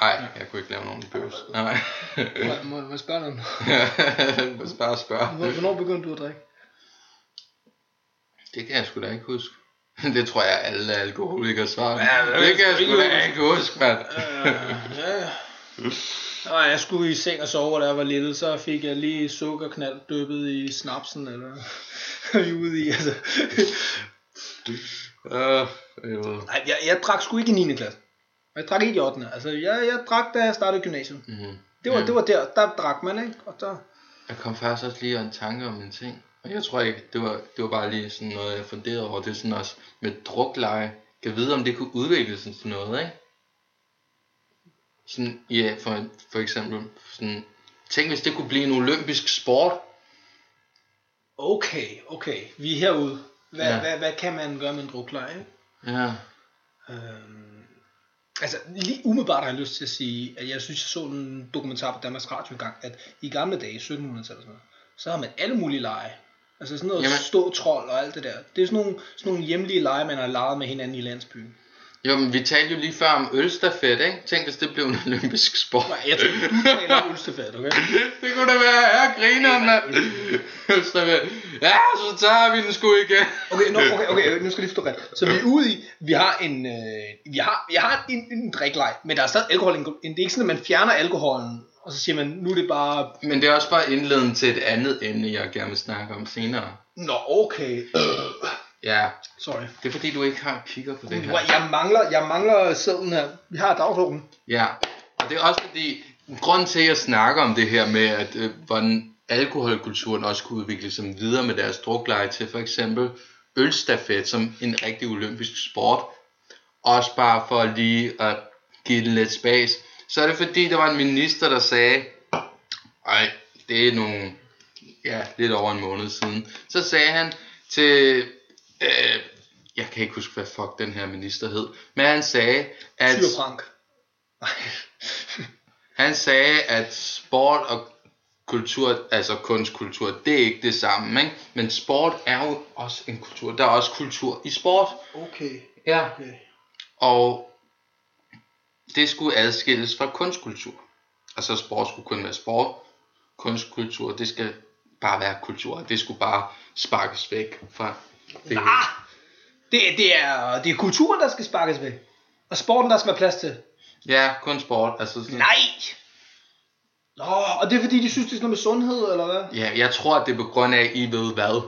A: Nej, jeg kunne ikke lave nogen bøvs. Nej.
B: Må, må, må jeg spørge dig om noget?
A: bare spørg.
B: Hvor- Hvornår begyndte du at drikke?
A: Det kan jeg sgu da ikke huske. Det tror jeg, alle alkoholikere svarer.
B: Ja,
A: Ja,
B: det
A: det kan jeg
B: skal
A: sgu da
B: ikke
A: ikke huske, mand.
B: Øh, ja. Nå, jeg skulle i seng og sove, da jeg var lille, så fik jeg lige sukkerknald dyppet i snapsen, eller hvad vi er ude i, altså.
A: Øh, øh.
B: Nej, jeg, jeg drak sgu ikke i 9. klasse. Og jeg drak ikke i 8. Altså, jeg, jeg drak, da jeg startede gymnasiet.
A: Mhm.
B: Det var,
A: Ja.
B: det var der, der drak man, ikke? Og der,
A: Jeg kom faktisk også lige i en tanke om en ting. Og jeg tror ikke, det var, det var bare lige sådan noget, jeg funderede over. Det er sådan også med drukleje. Kan vide, om det kunne udvikle sig til noget, ikke? Sådan, ja, for, for eksempel, sådan, tænk hvis det kunne blive en olympisk sport.
B: okay, okay, vi er herude. Hvad, ja.
A: Ja.
B: hvad, hvad kan man gøre med en druklej, ikke?
A: Ja,
B: Øhm, altså, lige umiddelbart har jeg lyst til at sige, at jeg synes, jeg så en dokumentar på Danmarks Radio engang, at i gamle dage, 1700-tallet, og sådan noget, så har man alle mulige lege. Altså sådan noget Jamen.
A: Jamen.
B: stå trold og alt det der. Det er sådan nogle, sådan nogle hjemlige lege, man har leget med hinanden i landsbyen.
A: jo, men vi talte jo lige før om ølstafet, ikke? Tænk hvis det blev en olympisk sport.
B: Nej, jeg tror, du taler om ølstefat, okay?
A: det kunne da være, ja, griner, mand. Ølstafet. Ja, så tager vi den sgu igen.
B: Okay, no, okay, okay, nu skal jeg lige forstå ret. Så vi er ude i, vi har en, øh, vi har, vi har en, en drikleg, men der er stadig alkohol. indgå- Det er ikke sådan, at man fjerner alkoholen, og så siger man, nu er det bare
A: Men det er også bare indledningen til et andet emne, jeg gerne vil snakke om senere.
B: Nå, okay.
A: Ja,
B: Sorry.
A: det er fordi, du ikke har kigger på det her.
B: Jeg mangler, jeg mangler sædlen her. Vi har dagsordenen.
A: Ja, og det er også fordi, grunden til, at jeg snakker om det her med, at øh, hvordan alkoholkulturen også kunne udvikle sig videre med deres drukleje til for eksempel ølstafet som en rigtig olympisk sport, også bare for lige at give den lidt spas, så er det fordi, der var en minister, der sagde, ej, det er nogle, ja, lidt over en måned siden, så sagde han til, øh, jeg kan ikke huske, hvad fuck den her minister hed, men han sagde, at...
B: Tyre Frank.
A: Han sagde, at sport og kultur, altså kunstkultur, det er ikke det samme, ikke? Men sport er jo også en kultur. Der er også kultur i sport.
B: Okay.
A: Ja.
B: okay.
A: Og det skulle adskilles fra kunstkultur. Altså sport skulle kun være sport. Kunstkultur, det skal bare være kultur. Det skulle bare sparkes væk fra det hele.
B: Ah! Det, det, er, det er kulturen, der skal sparkes ved. Og sporten, der skal være plads til.
A: Ja, kun sport. Altså sådan,
B: Nej! Nå, og det er fordi, de synes, det er sådan noget med sundhed, eller hvad?
A: ja, jeg tror, at det er på grund af, I ved hvad.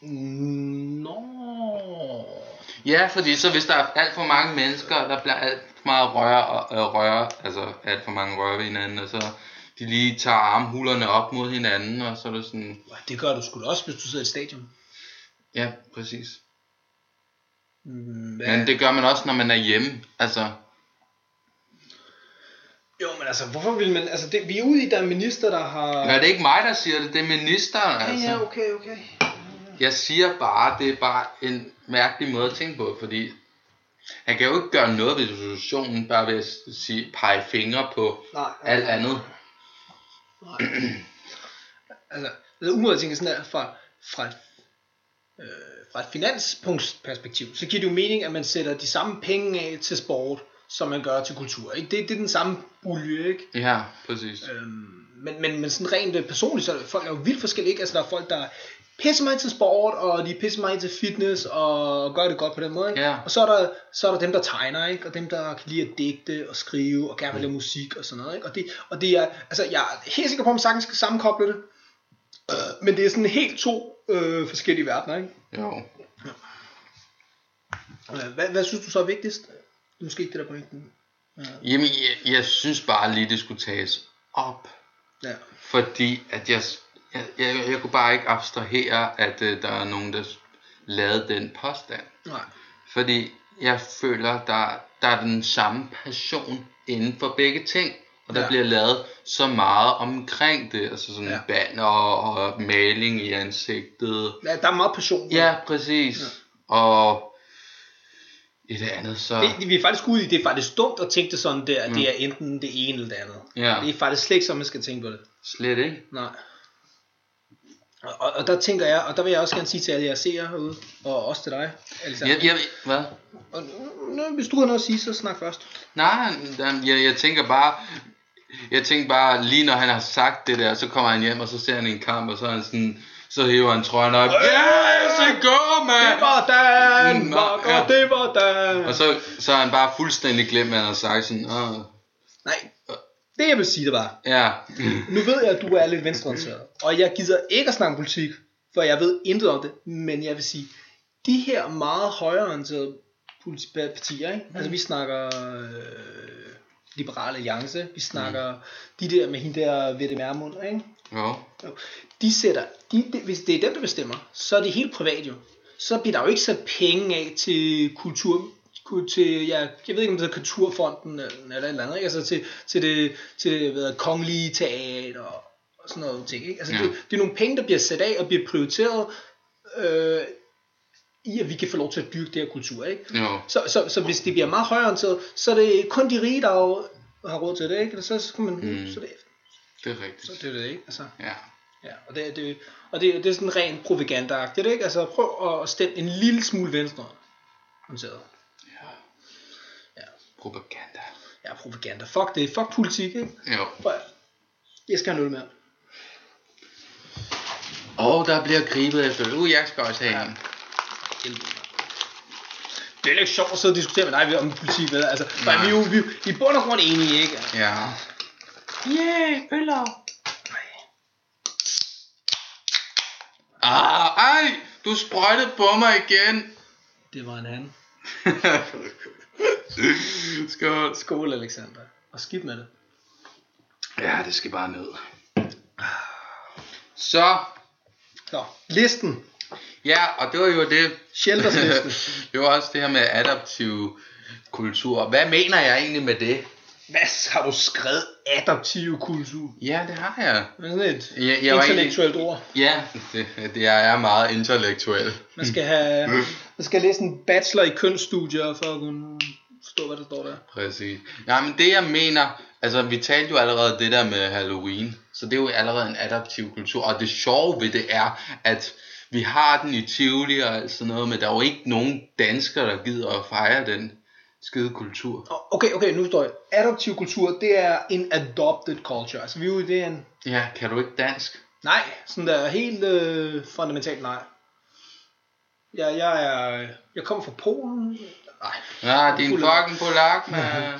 B: Mm, Nå.
A: Ja, fordi så hvis der er alt for mange mennesker, der bliver alt for meget røre, og, og røre, altså alt for mange røre ved hinanden, og så de lige tager armhulerne op mod hinanden, og så er det sådan,
B: Ej, Det gør du sgu da også, hvis du sidder i et stadion.
A: ja, præcis.
B: Men,
A: Men det gør man også, når man er hjemme, altså,
B: Jo, men altså, hvorfor vil man... Altså, det, vi er ude i, der er en minister, der har...
A: ja, det er ikke mig, der siger det, det er ministeren,
B: ja,
A: altså.
B: okay, okay.
A: Jeg siger bare, det er bare en mærkelig måde at tænke på, fordi han kan jo ikke gøre noget ved situationen, bare ved at s- sige, pege fingre på
B: Nej,
A: alt andet.
B: Nej. altså, det er umiddelbart at tænke sådan der, fra, fra, et, øh, fra et finanspunktsperspektiv, så giver det jo mening, at man sætter de samme penge af til sport, som man gør til kultur. Ikke? Det, det er den samme bulje, ikke?
A: Ja, præcis.
B: Øhm, men, men, men sådan rent øh, personligt, så er det- folk er jo vildt forskellige, ikke? Altså, der er folk, der pisser meget til sport, og de pisser meget til fitness, og gør det godt på den måde, ikke?
A: Ja.
B: Og så er, der, så er der dem, der tegner, ikke? Og dem, der kan lide at digte og skrive, og gerne vil lave musik og sådan noget, ikke? Og det, og det er, altså, jeg er helt sikker på, at man sagtens skal sammenkoble det, øh, men det er sådan helt to øh, forskellige verdener, ikke?
A: Jo.
B: Øh, Hvad, hvad synes du så er vigtigst? Det er måske ikke det, der er pointen.
A: Jamen, jeg, jeg synes bare lige, det skulle tages op.
B: Ja.
A: Fordi at jeg, jeg, jeg, jeg kunne bare ikke abstrahere, at øh, der er nogen, der s- lavede den påstand.
B: Nej.
A: Fordi jeg føler, der, der er den samme passion inden for begge ting. Og der
B: Ja.
A: ja. bliver lavet så meget omkring det. Altså sådan
B: Ja.
A: ja. banner og maling i ansigtet.
B: Ja, der er meget passion.
A: Ja, præcis. Ja. Og i det andet så...
B: Det, det, vi er faktisk ude i, det er faktisk dumt at tænke det sådan der, at det er enten det ene eller det andet.
A: Ja.
B: Det er faktisk slet ikke sådan, man skal tænke på det.
A: Slet ikke.
B: Nej. Og, og, og der tænker jeg, og der vil jeg også gerne sige til alle jer seere herude, og også til dig, Alexander.
A: Jeg, jeg, hvad?
B: Og, nu, hvis du har noget at sige, så snak først.
A: Nej, han- jeg, jeg tænker bare, jeg tænker bare, lige når han har sagt det der, så kommer han hjem, og så ser han en kamp, og så er han sådan, så hæver han trøjen op. Yes, it go,
B: Det
A: man!
B: var Danmark,
A: Ja.
B: og det var Danmark.
A: Og så, så er han bare fuldstændig glemt, hvad han har sagt. Sådan, Åh,
B: Nej, det jeg vil sige, det var,
A: ja,
B: nu ved jeg, at du er lidt venstreorienteret, og jeg gider ikke at snakke politik, for jeg ved intet om det, men jeg vil sige, de her meget højreorienterede politi- partier, ikke? altså vi snakker øh, Liberale Alliance, vi snakker mm. de der med hende der Vette Mermund, ikke?
A: jo,
B: Jo. de sætter, de, de, hvis det er dem, der bestemmer, så er det helt privat jo. Så bliver der jo ikke sat penge af til kultur, ku- til, ja, jeg ved ikke om det hedder Kulturfonden eller, eller et eller andet, ikke? altså til, til det, til det hvad hedder, det, kongelige teater og sådan noget ting. Ikke? Altså ja.
A: Ja.
B: det, det, er nogle penge, der bliver sat af og bliver prioriteret øh, i, at vi kan få lov til at dyrke det her kultur. Ikke?
A: jo,
B: Så, så, så hvis det bliver meget højorienteret, så er det kun de rige, der jo har råd til det, ikke? Eller Så, så, kan man, mm.
A: Mm.
B: så, det,
A: det er
B: så
A: rigtigt.
B: det er det, ikke? Altså,
A: Ja,
B: Ja, og det, er- det, og det, det er sådan ren propagandaagtigt, ikke? Altså prøv at stemme en lille smule venstre. Håndteret.
A: propaganda.
B: Ja, propaganda. Fuck det. Fuck politik, ikke?
A: Jo.
B: Prøv at, jeg skal have en øl mere.
A: Og der bliver gribet efter, uh, jeg skal også have en.
B: Helvede. Det er lidt sjovt at sidde og diskutere med dig om politik, vel? Altså, for
A: Nej.
B: vi, er jo- vi, er jo- vi er i bund og grund enige, ikke?
A: Ja.
B: Yeah, øller.
A: Ah, ej, Du sprøjtede på mig igen.
B: Det var en han.
A: Skål.
B: Skål, Alexander. Og skib med det.
A: Ja, det skal bare ned. Så,
B: Så, listen.
A: ja, og det var jo det.
B: Shelterslisten.
A: det var også det her med adaptiv kultur. Hvad mener jeg egentlig med det?
B: Hvad har du skrevet? Adaptiv kultur.
A: Ja, det har jeg.
B: Det er sådan et
A: Ja, jeg
B: ja,
A: var
B: intellektuelt ord.
A: Ja, det, det jeg er meget intellektuel.
B: Man skal, have, man skal læse en bachelor i kønsstudier for at kunne forstå, hvad der står der.
A: Præcis. Nej, men det jeg mener, altså vi talte jo allerede det der med Halloween, så det er jo allerede en adaptiv kultur, og det sjove ved det er, at vi har den i Tivoli og alt sådan noget, men der er jo ikke nogen danskere, der gider at fejre den skide kultur.
B: Nå, Okay, okay, nu står jeg. Adoptiv kultur, det er en adopted culture. Altså, vi er ude i det er en...
A: Ja, kan du ikke dansk?
B: Nej, sådan der helt øh, fundamentalt nej. Jeg, jeg, er, jeg kommer fra Polen. Nej.
A: Nej, din fucking polak, mand.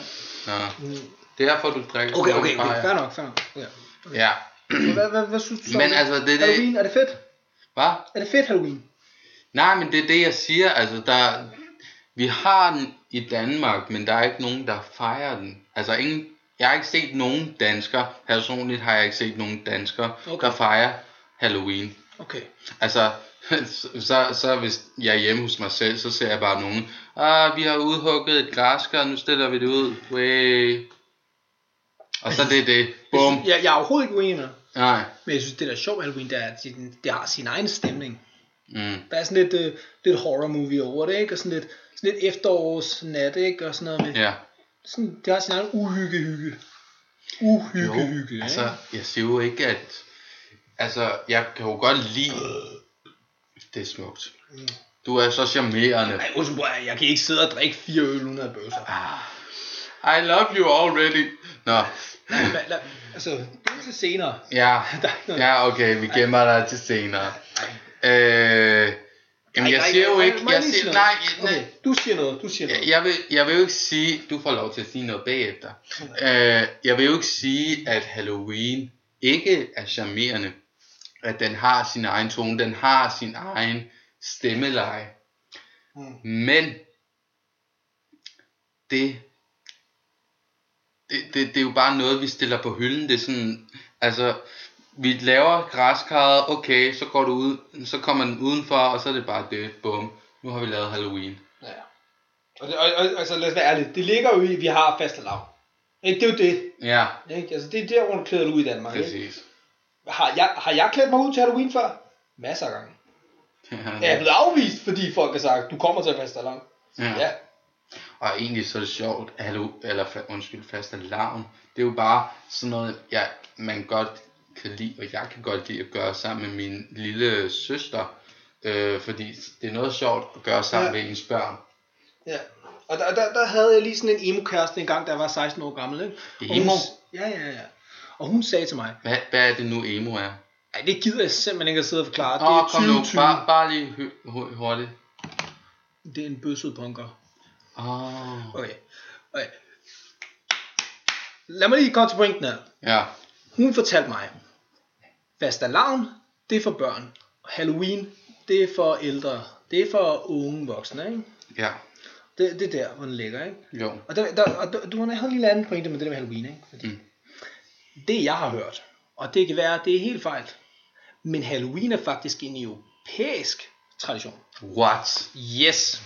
A: Nå, derfor du drikker.
B: Okay, okay, okay. Ah, Fair
A: okay.
B: nok, fair nok. Okay.
A: Ja.
B: Hvad, hvad, hvad synes du så? om
A: Men altså, det er det-
B: Halloween, er det fedt?
A: Hvad?
B: Er det fedt Halloween?
A: Nej, men det er det, jeg siger. Altså, der, vi har den i Danmark, men der er ikke nogen, der fejrer den. Altså, ingen, jeg har ikke set nogen dansker, personligt har jeg ikke set nogen dansker, okay.
B: Okay.
A: der fejrer Halloween.
B: Okay.
A: Altså, så, så hvis jeg er hjemme hos mig selv, så ser jeg bare nogen. Ah, vi har udhugget et græskar, nu stiller vi det ud. Way. Og så det er det. Bum.
B: Jeg, jeg er overhovedet ikke uenig med dig.
A: Nej.
B: Men jeg synes, det der er sjovt ved Halloween, det er, at det, det har sin egen stemning.
A: Mm.
B: Der er sådan lidt, øh, lidt horror movie over det, ikke? Og sådan lidt, sådan lidt efterårsnat, ikke? Og sådan noget med.
A: Ja.
B: Sådan, det har sin egen uhygge-hygge. Uhygge-hygge, ikke?
A: altså, jeg siger jo ikke, at... Altså, jeg kan jo godt lide... Det er smukt.
B: Mm.
A: Du er så charmerende.
B: Ej, undskyld, bror, jeg kan ikke sidde og drikke fire øl uden at bøse.
A: Ah. I love you already. Nå,
B: Altså, det er til senere.
A: ja.
B: Der er ikke noget-
A: Ja, okay, vi gemmer dig til senere. Øh, jamen, jeg
B: Ej,
A: siger
B: ej,
A: jo
B: ej,
A: ikke...
B: må
A: Jeg
B: lige sige
A: siger, nej,
B: noget?
A: nej,
B: Okay, du siger noget, du siger noget.
A: jeg vil, jeg vil jo ikke sige, du får lov til at sige noget bagefter. Øh, jeg vil jo ikke sige, at Halloween ikke er charmerende. At den har sin egen tone, den har sin egen stemmeleje.
B: Mm.
A: Men det, det, det, det er jo bare noget, vi stiller på hylden. Det er sådan, altså, vi laver græskarret, okay, så går du ud, så kommer den udenfor, og så er det bare det, bum, nu har vi lavet Halloween.
B: Ja. Og, det, og, og, altså, lad os være ærlige. Det ligger jo i, at vi har faste lav. Ikke, det er jo det.
A: Ja,
B: Ikke? Altså, det er der, hvor du klæder dig ud i Danmark. ikke?
A: præcis.
B: Har jeg, har jeg klædt mig ud til Halloween før? Masser af gange. Jeg er blevet afvist, fordi folk har sagt, du kommer til at faste lang. Ja. ja.
A: Og egentlig så er det sjovt, hallo, eller fa- undskyld, fast alarm. Det er jo bare sådan noget, jeg, man godt kan lide, og jeg kan godt lide at gøre sammen med min lille søster. Øh, fordi det er noget sjovt at gøre sammen ja.
B: Ja.
A: med ens børn.
B: ja. Og der, der, der havde jeg lige sådan en emo-kæreste en gang, da jeg var 16 år gammel. Ikke? Og hun
A: Emo?
B: s- ja, ja, ja. Og hun sagde til mig,
A: Hvad, hvad er det nu emo er?
B: Ej, det gider jeg simpelthen ikke at sidde og forklare.
A: Åh, oh,
B: det
A: kom
B: er
A: nu,
B: 2020.
A: bare, bare lige hø- hu- hurtigt.
B: Det er en bøsset punker.
A: Åh, oh.
B: Okay. okay. Lad mig lige komme til pointen her.
A: ja.
B: Hun fortalte mig, fastalavn, det er for børn. Og Halloween, det er for ældre. Det er for unge voksne, ikke?
A: Ja,
B: Det, det er der, hvor den ligger, ikke?
A: jo.
B: Og, der, der, og du, du havde en lille anden pointe med det der med Halloween, ikke? Fordi
A: Mm.
B: mm. Det jeg har hørt, og det kan være, det er helt fejl, men Halloween er faktisk en europæisk tradition.
A: What?
B: Yes.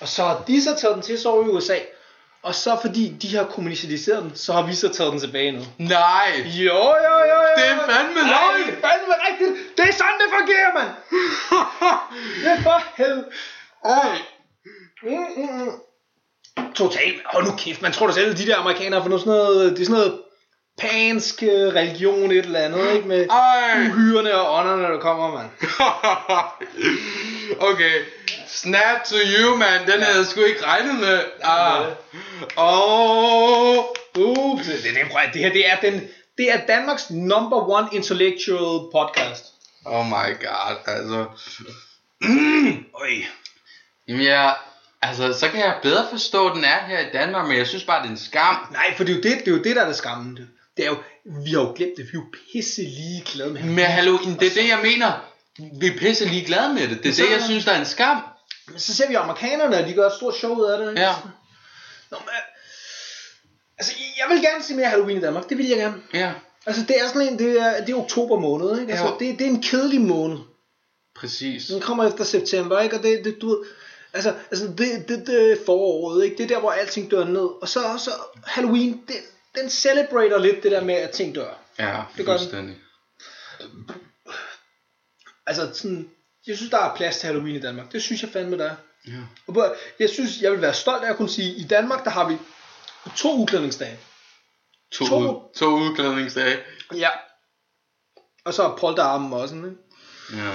B: Og så har de så taget den til så over i USA, og så fordi de har kommunikaliseret den, så har vi så taget den tilbage nu.
A: Nej!
B: Jo, jo, jo, jo.
A: Det er fandme
B: Ej,
A: løgn.
B: Det er fandme rigtigt. Det er sådan, det fungerer, mand. Det er for helvede.
A: Oj!
B: Mm, mm, mm. Totalt. Hold nu kæft, man tror da selv, at de der amerikanere for noget sådan noget, det er sådan noget pansk øh, religion et eller andet, ikke? Med
A: Ej!
B: uhyrene og ånderne, der kommer, mand.
A: okay. Snap to you, man. Den havde jeg sgu ikke regnet med. Ah. Oh.
B: Ups, det, det, prøv, at- det her, det er, den, det er Danmarks number one intellectual podcast.
A: oh my god, altså.
B: Oj.
A: Jamen, jeg, altså, så kan jeg bedre forstå, at den er her i Danmark, men jeg synes bare, det er en skam.
B: Nej, for det er jo det, det, er jo det der er det skammende. Det er jo, vi har jo glemt det, vi er jo pisse ligeglade med ham.
A: Med Halloween, det er det, jeg mener. vi er pisse ligeglade med det. Det er
B: så
A: det,
B: er
A: jeg
B: der-
A: synes, der er en skam.
B: Men så ser vi amerikanerne, og de gør et stort show ud af det. ikke?
A: Ja.
B: Nå, men, øh, altså, jeg vil gerne se mere Halloween i Danmark. Det vil jeg gerne.
A: Ja,
B: Altså, det er sådan en, det er, det er oktober måned, ikke? Altså,
A: Ja.
B: det, det er en kedelig måned.
A: præcis.
B: Den kommer efter september, ikke? Og det, det du ved, altså, altså det, det, det er foråret, ikke? Det er der, hvor alting dør ned. Og så, så Halloween, det, den celebrater lidt det der med, at ting dør.
A: Ja,
B: Det gør den.
A: fuldstændig.
B: Altså, sådan, jeg synes, der er plads til Halloween i Danmark. Det synes jeg fandme, der er.
A: Ja.
B: Og prøv at- jeg synes, jeg vil være stolt af at kunne sige, i Danmark, der har vi to udklædningsdage.
A: To,
B: To.
A: to. to udklædningsdage.
B: Ja. Og så polterarmen også, ikke?
A: Ja.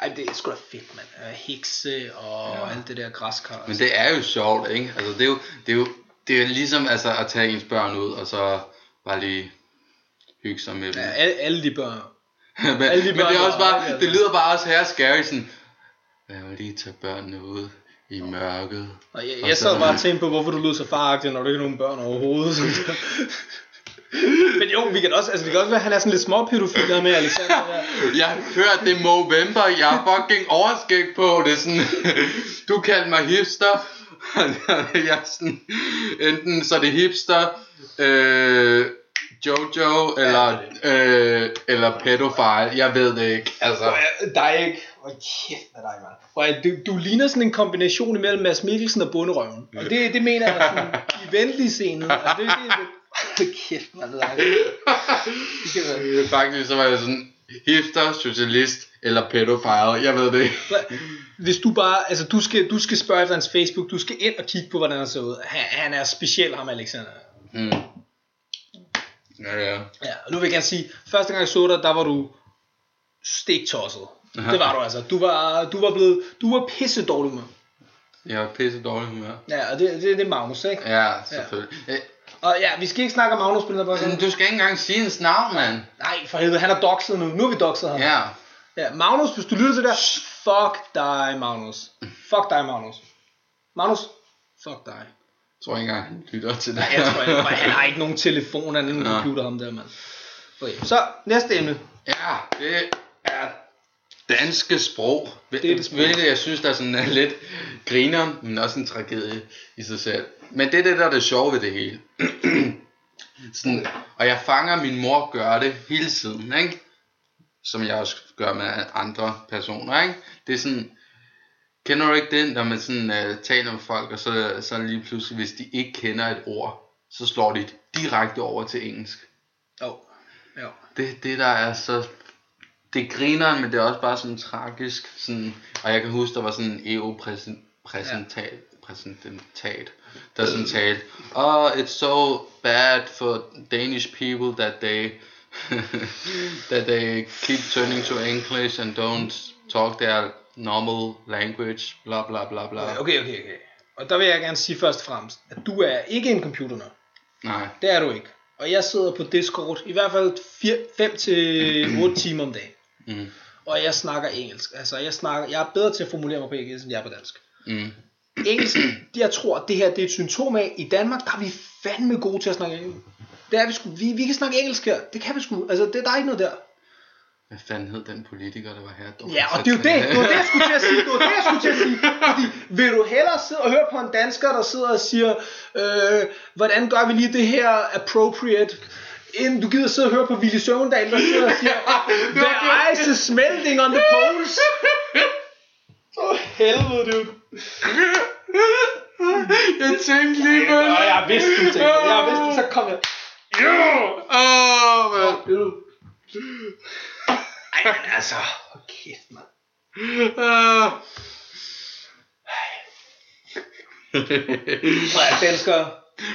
B: Ej, det er sgu da fedt, mand. Øh, Hekse og ja. alt det der græskar.
A: Men det er jo sjovt, ikke? Altså, det er jo, det er jo, det er jo ligesom altså, at tage ens børn ud, og så bare lige hygge sig med dem.
B: Ja, alle, alle de børn.
A: men,
B: alle de
A: men det, er
B: børn,
A: også
B: der er
A: bare,
B: ikke,
A: det
B: altså.
A: lyder bare også her scary, sådan, lad mig lige tage børnene ud i mørket.
B: Og jeg,
A: Og
B: jeg
A: så-
B: sad bare og tænkte på, hvorfor du lød så faragtig, når du ikke har nogen børn overhovedet. sådan. Men jo, vi kan også, altså det kan også være, at han er sådan lidt småpædofil der med Alexander. Der.
A: Jeg har hørt det er Movember, jeg har fucking overskæg på det er sådan, du kaldte mig hipster, jeg er sådan, enten så er det hipster, øh, Jojo, eller, øh, eller pædofil, jeg ved det ikke, altså,
B: Dig ikke. Hvor kæft med dig, mand. Hvor jeg- du, du ligner sådan en kombination imellem Mads Mikkelsen og Bunderøven. Og det, det mener jeg sådan, i venlig scene. Altså, det, det, det, Hvor kæft, mand. Det er Det kan være-
A: øh, faktisk så var jeg sådan, hipster, socialist, eller pædofil, jeg ved det ikke.
B: Hvis du bare, altså du skal, du skal spørge efter hans Facebook, du skal ind og kigge på, hvordan han ser ud. Han, han er speciel, ham Alexander.
A: Mm. Ja, ja.
B: Ja, og nu vil jeg gerne sige, første gang jeg så dig, der var du stiktosset. Det var du altså. Du var, du var blevet, du var pisse dårlig med.
A: Jeg har pisse dårlig humør.
B: Ja, og det, det, det er Magnus, ikke?
A: Ja, selvfølgelig. Ja.
B: Og ja, vi skal ikke snakke om Magnus på den her podcast.
A: Du skal ikke engang sige en snavn, mand.
B: Nej, for helvede, han er doxet nu. Nu er vi doxet ham.
A: Ja.
B: ja. Magnus, hvis du lytter til det der, fuck dig, Magnus. Fuck dig, Magnus. Magnus, fuck dig.
A: Jeg tror ikke engang, han lytter til det.
B: Nej, jeg tror ikke, for han har ikke nogen telefon, han har ingen
A: Nå.
B: computer, ham der, mand. Okay, så næste emne.
A: Ja, det er danske sprog.
B: Det er det sprog.
A: Hvilket jeg synes, der er sådan er lidt griner, men også en tragedie i sig selv. Men det er det, der er det sjove ved det hele. sådan, og jeg fanger min mor gør det hele tiden, ikke? Som jeg også gør med andre personer, ikke? Det er sådan, kender du ikke det, når man sådan uh, taler med folk, og så, så lige pludselig, hvis de ikke kender et ord, så slår de direkte over til engelsk.
B: Jo, jo.
A: Det, det der er så... Det griner, men det er også bare sådan tragisk. Sådan, og jeg kan huske, der var sådan en E EU-præsentat, præsentat, der sådan talte, Oh, it's so bad for Danish people that they, that they keep turning to English and don't talk their normal language, bla bla bla bla.
B: Okay, okay, okay. Og der vil jeg gerne sige først og fremmest, at du er ikke en computer nu.
A: Nej,
B: Det er du ikke. Og jeg sidder på Discord i hvert fald 5-8 timer om dagen.
A: Mm.
B: Og jeg snakker engelsk. Altså, jeg, snakker, jeg er bedre til at formulere mig på engelsk, end jeg er på dansk.
A: mm,
B: Engelsk, jeg tror, at det her det er et symptom af, i Danmark, der er vi fandme gode til at snakke engelsk. Det er vi sgu. Vi, vi kan snakke engelsk her. Det kan vi sgu. Altså, det, der er ikke noget der.
A: hvad fanden hed den politiker, der var her?
B: Ja, og det er jo det. Det var det, jeg skulle til at sige. Det var det, jeg skulle til at sige. Fordi vil du hellere sidde og høre på en dansker, der sidder og siger, øh, hvordan gør vi lige det her appropriate, inden du gider sidde og høre på Ville Søvndal, der sidder og siger, the ice is smelting on the poles. For helvede, du.
A: jeg tænkte lige på det.
B: Og jeg vidste, du tænkte. det. Jeg vidste, det, så kom jeg.
A: Åh, mand.
B: Ej, men altså, hold kæft, mand.
A: Ah.
B: Hvor er danskere.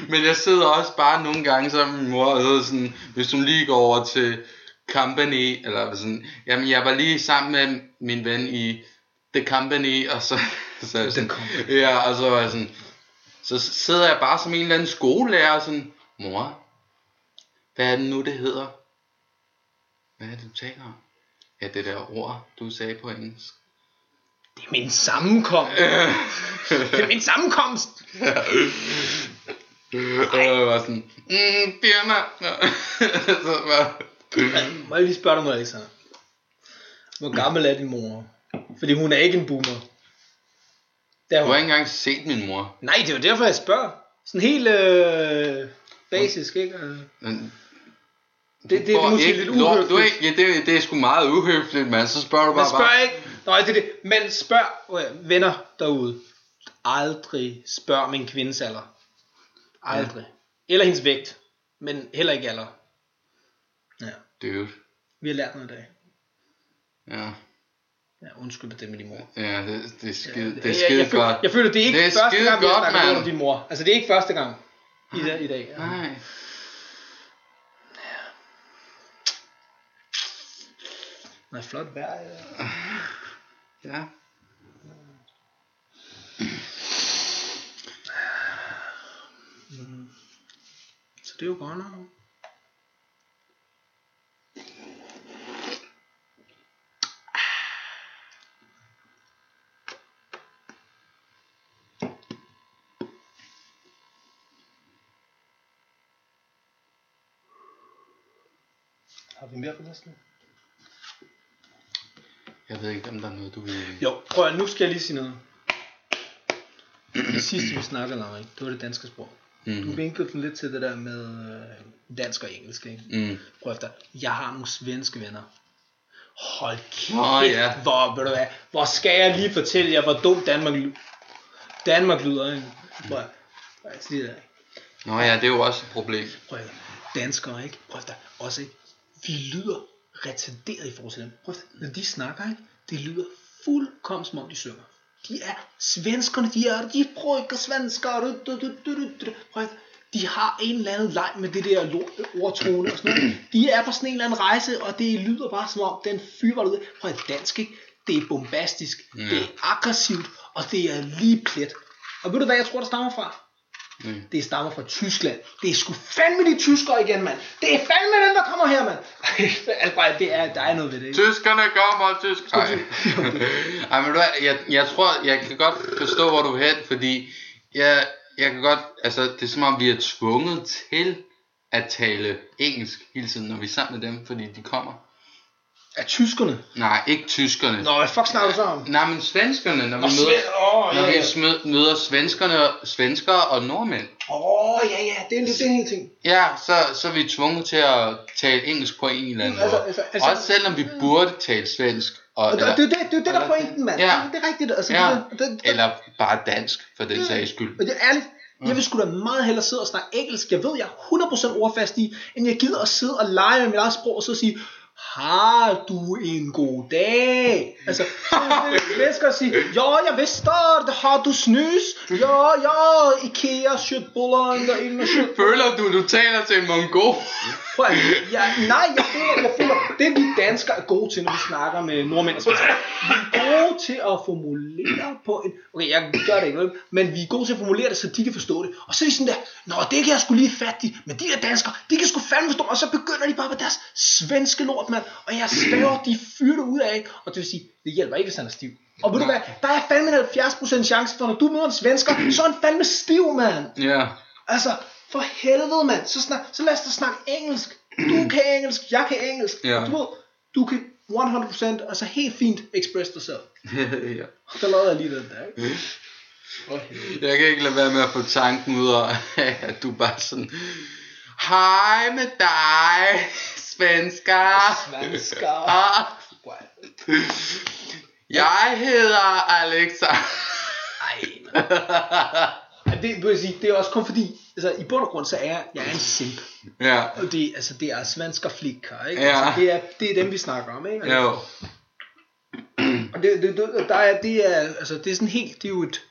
A: Men jeg sidder også bare nogle gange sammen med min mor og hedder sådan, hvis hun lige går over til Company, eller sådan, jamen jeg var lige sammen med min ven i The Company, og så, så er jeg sådan,
B: Company.
A: ja, og så var jeg sådan, så sidder jeg bare som en eller anden skolelærer og sådan, mor, hvad er det nu, det hedder? Hvad er det, du taler om? Ja, det der ord, du sagde på engelsk.
B: Det er min sammenkomst. Det er min sammenkomst.
A: Øh, Og jeg var sådan, mm, firma. så var,
B: Må jeg lige spørge dig om noget, Alexander? Hvor gammel er din mor? Fordi hun er ikke en boomer. Det er
A: Du
B: hun.
A: har ikke engang set min mor.
B: Nej, det er jo derfor, jeg spørger. Sådan helt øh, basisk, ikke? Øh,
A: Men
B: Det, det, det er
A: får
B: måske
A: ikke
B: lidt
A: lov-
B: uhøfligt.
A: Du, er ikke- ja, det, er- det er sgu meget uhøfligt, mand. Så spørger du
B: Men
A: bare,
B: spørg ikke. Nej, det er det. Men spørg øh, venner derude. Aldrig spørg om en kvindes alder. Aldrig. Ja. Eller hendes vægt. Men heller ikke alder. Ja,
A: dude.
B: vi har lært noget i dag.
A: Ja,
B: Ja, undskyld på det med din mor.
A: ja det, det er skide, det er
B: Jeg-
A: skide
B: jeg, jeg, føler,
A: godt.
B: jeg føler, det er ikke
A: Det
B: det
A: er
B: er første
A: skide
B: gang, vi har
A: godt,
B: snakket lort om
A: mand.
B: din mor. Altså, det er ikke første gang i, dag, i dag. Ja.
A: Nej.
B: Nej, flot vejr. Ja.
A: Ja.
B: Så det er jo godt nok. Har vi mere på listen?
A: Jeg ved ikke, om der er noget, du vil...
B: Jo, prøv at, nu skal jeg lige sige noget. Det sidste, vi snakkede om, ikke? det var det danske sprog. Du
A: Mm.
B: vinkede den lidt til det der med øh, dansk og engelsk, ikke?
A: Mm.
B: Prøv efter. Jeg har nogle svenske venner. Hold kæft,
A: Nå, ja.
B: hvor, ved du hvad, hvor skal jeg lige fortælle jer, hvor dum Danmark, ly- Danmark lyder, ikke? Prøv, at- prøv at sige det der, ikke?
A: Nå ja, det er jo også et problem.
B: prøv efter. Danskere, ikke? Prøv efter. Også, ikke? Vi lyder retarderet i forhold til dem. Prøv efter. Når de snakker, ikke? Det lyder fuldkommen som om de synger. De er svenskerne, de er, de brygger svensker. Du, du, du, du, du, du. Prøv efter. De har en eller anden leg med det der lort- ordtone og sådan noget. De er på sådan en eller anden rejse, og det lyder bare som om, den fyrer bare ud. Prøv at dansk, ikke? Det er bombastisk, det er aggressivt, og det er lige plet. Og ved du hvad, jeg tror, der stammer fra? Det stammer fra Tyskland. Det er sgu fandme de tyskere igen, mand. Det er fandme dem, der kommer her, mand. altså, bare, det er, der er noget ved det, ikke?
A: Tyskerne kommer, tysk. Ej. Ej, men du, hvad, jeg, jeg tror, jeg kan godt forstå, hvor du er hen, fordi jeg, jeg kan godt, altså, det er som om, vi er tvunget til at tale engelsk hele tiden, når vi er sammen med dem, fordi de kommer.
B: Er tyskerne?
A: Nej, ikke tyskerne.
B: Nå, hvad fuck snakker du så om?
A: Nej, men svenskerne, når vi møder,
B: Sven- Åh, ja,
A: når vi
B: ja.
A: smø- møder svenskerne, svenskere og nordmænd.
B: Åh, ja, ja, det er en, det er en hel ting.
A: Ja, så, så er vi tvunget til at tale engelsk på en eller anden
B: Altså,
A: måde.
B: altså, altså-
A: Også selvom vi burde tale svensk. Og,
B: Og det,
A: eller-
B: det, det, det er det, der er pointen, mand.
A: Ja.
B: Det, det er rigtigt. Altså,
A: Ja.
B: det, det, det,
A: Eller bare dansk, for den sags skyld.
B: Og det er ærligt, jeg vil sgu da meget hellere sidde og snakke engelsk. Jeg ved, jeg er 100% ordfast i, end jeg gider at sidde og lege med mit eget sprog og så sige, har du en god dag? Altså, så er det svensker at sige, ja, jeg vidste det, har du snus? Ja, ja, Ikea, shitbulleren, der inden og shit.
A: Føler du, du taler til en mongol?
B: Prøv at, ja, nej, jeg føler, jeg føler, det vi danskere er gode til, når vi snakker med nordmænd og svenskere, vi er gode til at formulere på en, okay, jeg gør det ikke, vel? men vi er gode til at formulere det, så de kan forstå det. Og så er de sådan der, nå, det kan jeg skulle lige fatte i, men de der danskere, de kan sgu fandme forstå, og så begynder de bare med deres svenske lort, mand, og jeg svæver, de fyrer det ud af, ikke? og det vil sige, det hjælper ikke, hvis han er stiv. Og ved du hvad, der er fandme en 70% chance for, når du møder en svensker, så er han fandme stiv, mand.
A: Ja.
B: Altså, for helvede, mand. Så, snak, så lad os da snakke engelsk. Du kan engelsk, jeg kan engelsk.
A: Ja.
B: Og Du, ved, du kan 100% altså helt fint express dig selv.
A: ja.
B: Og der lavede jeg lige den der, ikke? For helvede.
A: Jeg kan ikke lade være med at få tanken ud af, at du bare sådan... Hej med dig, svensker.
B: Svensker.
A: Ah,
B: Wow.
A: Jeg hedder Alexa.
B: Ej, mand. Ej, det, vil jeg sige, det er også kun fordi, altså i bund og grund, så er jeg, jeg er en simp.
A: Ja.
B: Og det, altså, det er svensker flikker, ikke?
A: Ja.
B: Altså, det, er, det er dem, vi snakker om, ikke?
A: Jo.
B: Og det, det, det, og der er, det er, altså, det er sådan helt, det er jo et,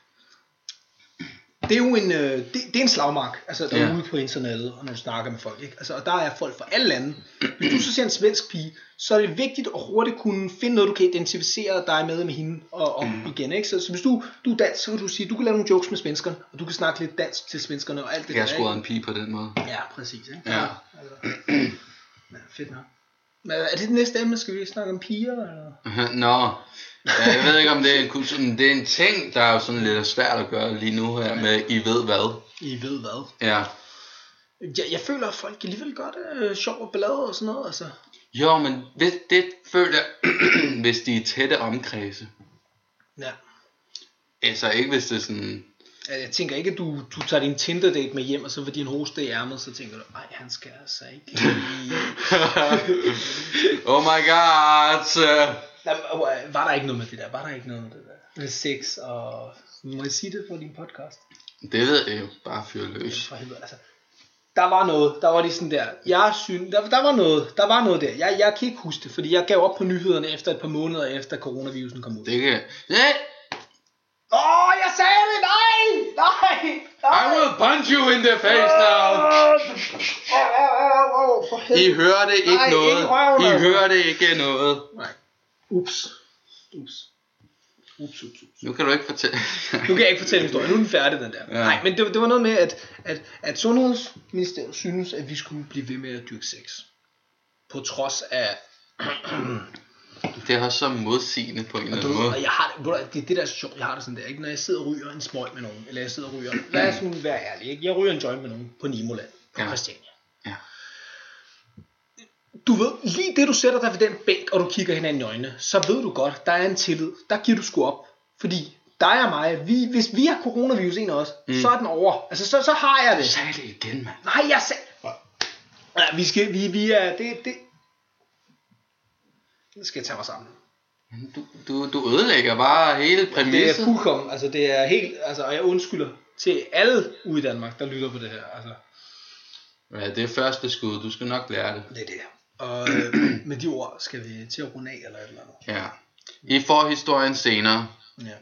B: det er jo en, øh, det, det er en slagmark, altså derude
A: Ja.
B: på internettet, og når du snakker med folk, ikke? Altså, og der er folk fra alle lande. Hvis du så ser en svensk pige, så er det vigtigt at hurtigt kunne finde noget, du kan identificere dig med med hende og, og
A: Mhm.
B: mm. igen, ikke? Så, så, hvis du, du er dansk, så kan du sige, du kan lave nogle jokes med svenskerne, og du kan snakke lidt dansk til svenskerne og alt det
A: Jeg har
B: der,
A: scoret en pige på den måde.
B: ikke? Ja, præcis, ikke?
A: Ja.
B: Altså, ja, fedt nok. Men er det det næste emne? Skal vi snakke om piger? Eller?
A: Nå, ja, jeg ved ikke om det er en kultur, men det er en ting, der er jo sådan lidt svært at gøre lige nu her med I ved hvad.
B: I ved hvad?
A: Ja.
B: Jeg, jeg føler, at folk alligevel gør det øh, sjov og ballade og sådan noget, altså.
A: Jo, men hvis, det føler jeg, hvis de er tætte omkredse.
B: Ja.
A: Altså ikke hvis det er sådan...
B: Altså, jeg tænker ikke, at du, du tager din Tinder-date med hjem, og så fordi en hoste i ærmet, så tænker du, nej, han skal altså ikke lige...
A: oh my god! øh,
B: Nej, men, øh, var der ikke noget med det der? Var der ikke noget med det der? Med sex og... Må jeg sige det for din podcast?
A: Det ved jeg jo. Bare fyr løs.
B: For helvede, altså. Der var noget, der var lige sådan der, jeg synes, der, der var noget, der var noget der, jeg, jeg kan ikke huske det, fordi jeg gav op på nyhederne efter et par måneder efter coronavirusen kom ud. Åh,
A: Det kan... Hey,
B: oh, jeg sagde det, nej, nej,
A: I
B: nej.
A: will punch you in the face now!
B: Åh, åh, åh, åh, for helvede.
A: I hørte ikke
B: Nej,
A: noget.
B: ikke røven,
A: I
B: altså.
A: hørte ikke noget.
B: Nej. Ups. Ups. Ups, ups, ups.
A: Nu kan du ikke fortælle.
B: Nu kan jeg ikke fortælle historien. Nu er den færdig, den der. Ja. Nej, men det, det var noget med, at, at, at Sundhedsministeriet synes, at vi skulle blive ved med at dyrke sex. På trods af...
A: det er også så modsigende på en eller
B: Du,
A: anden måde.
B: og jeg har, det- ved du hvad, det er det, der er sjovt. Jeg har det sådan der, ikke? Når jeg sidder og ryger en sprøjt med nogen, eller jeg sidder og ryger... Lad os nu være ærlig, ikke? Jeg ryger en joint med nogen på Nimoland, på
A: Ja.
B: Christiania.
A: Ja.
B: Du ved, lige det du sætter dig ved den bænk, og du kigger hinanden i øjnene, så ved du godt, der er en tillid. Der giver du sgu op. Fordi dig og mig, vi, hvis vi har coronavirus en af os, mm. så er den over. Altså, så, så har jeg
A: Jeg
B: det.
A: sagde det igen, mand.
B: Nej, jeg sagde... Ja, vi skal, vi, vi er, det, det... Nu skal jeg tage mig sammen.
A: Du, du, du ødelægger bare hele
B: Det er
A: præmissen.
B: fuldkommen, altså det er helt, altså og jeg undskylder til alle ude i Danmark, der lytter på det her, altså
A: Ja, det er første skud. Du skal nok lære det.
B: det er det. Og øh, med de ord skal vi til at runde af eller et eller andet.
A: Ja. I får historien senere.
B: Ja.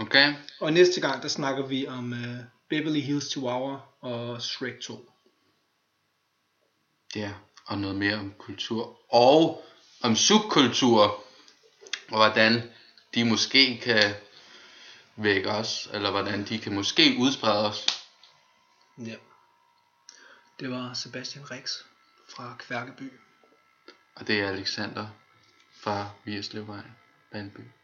A: Okay?
B: Og næste gang, der snakker vi om øh, Beverly Hills Chihuahua og Shrek 2.
A: Ja. Og noget mere om kultur. Og om subkultur. Og hvordan de måske kan vække os. Eller hvordan de kan måske udsprede os.
B: Ja. Det var Sebastian Rex fra Kværkeby.
A: Og det er Alexander fra Vierslevvej, Bandby.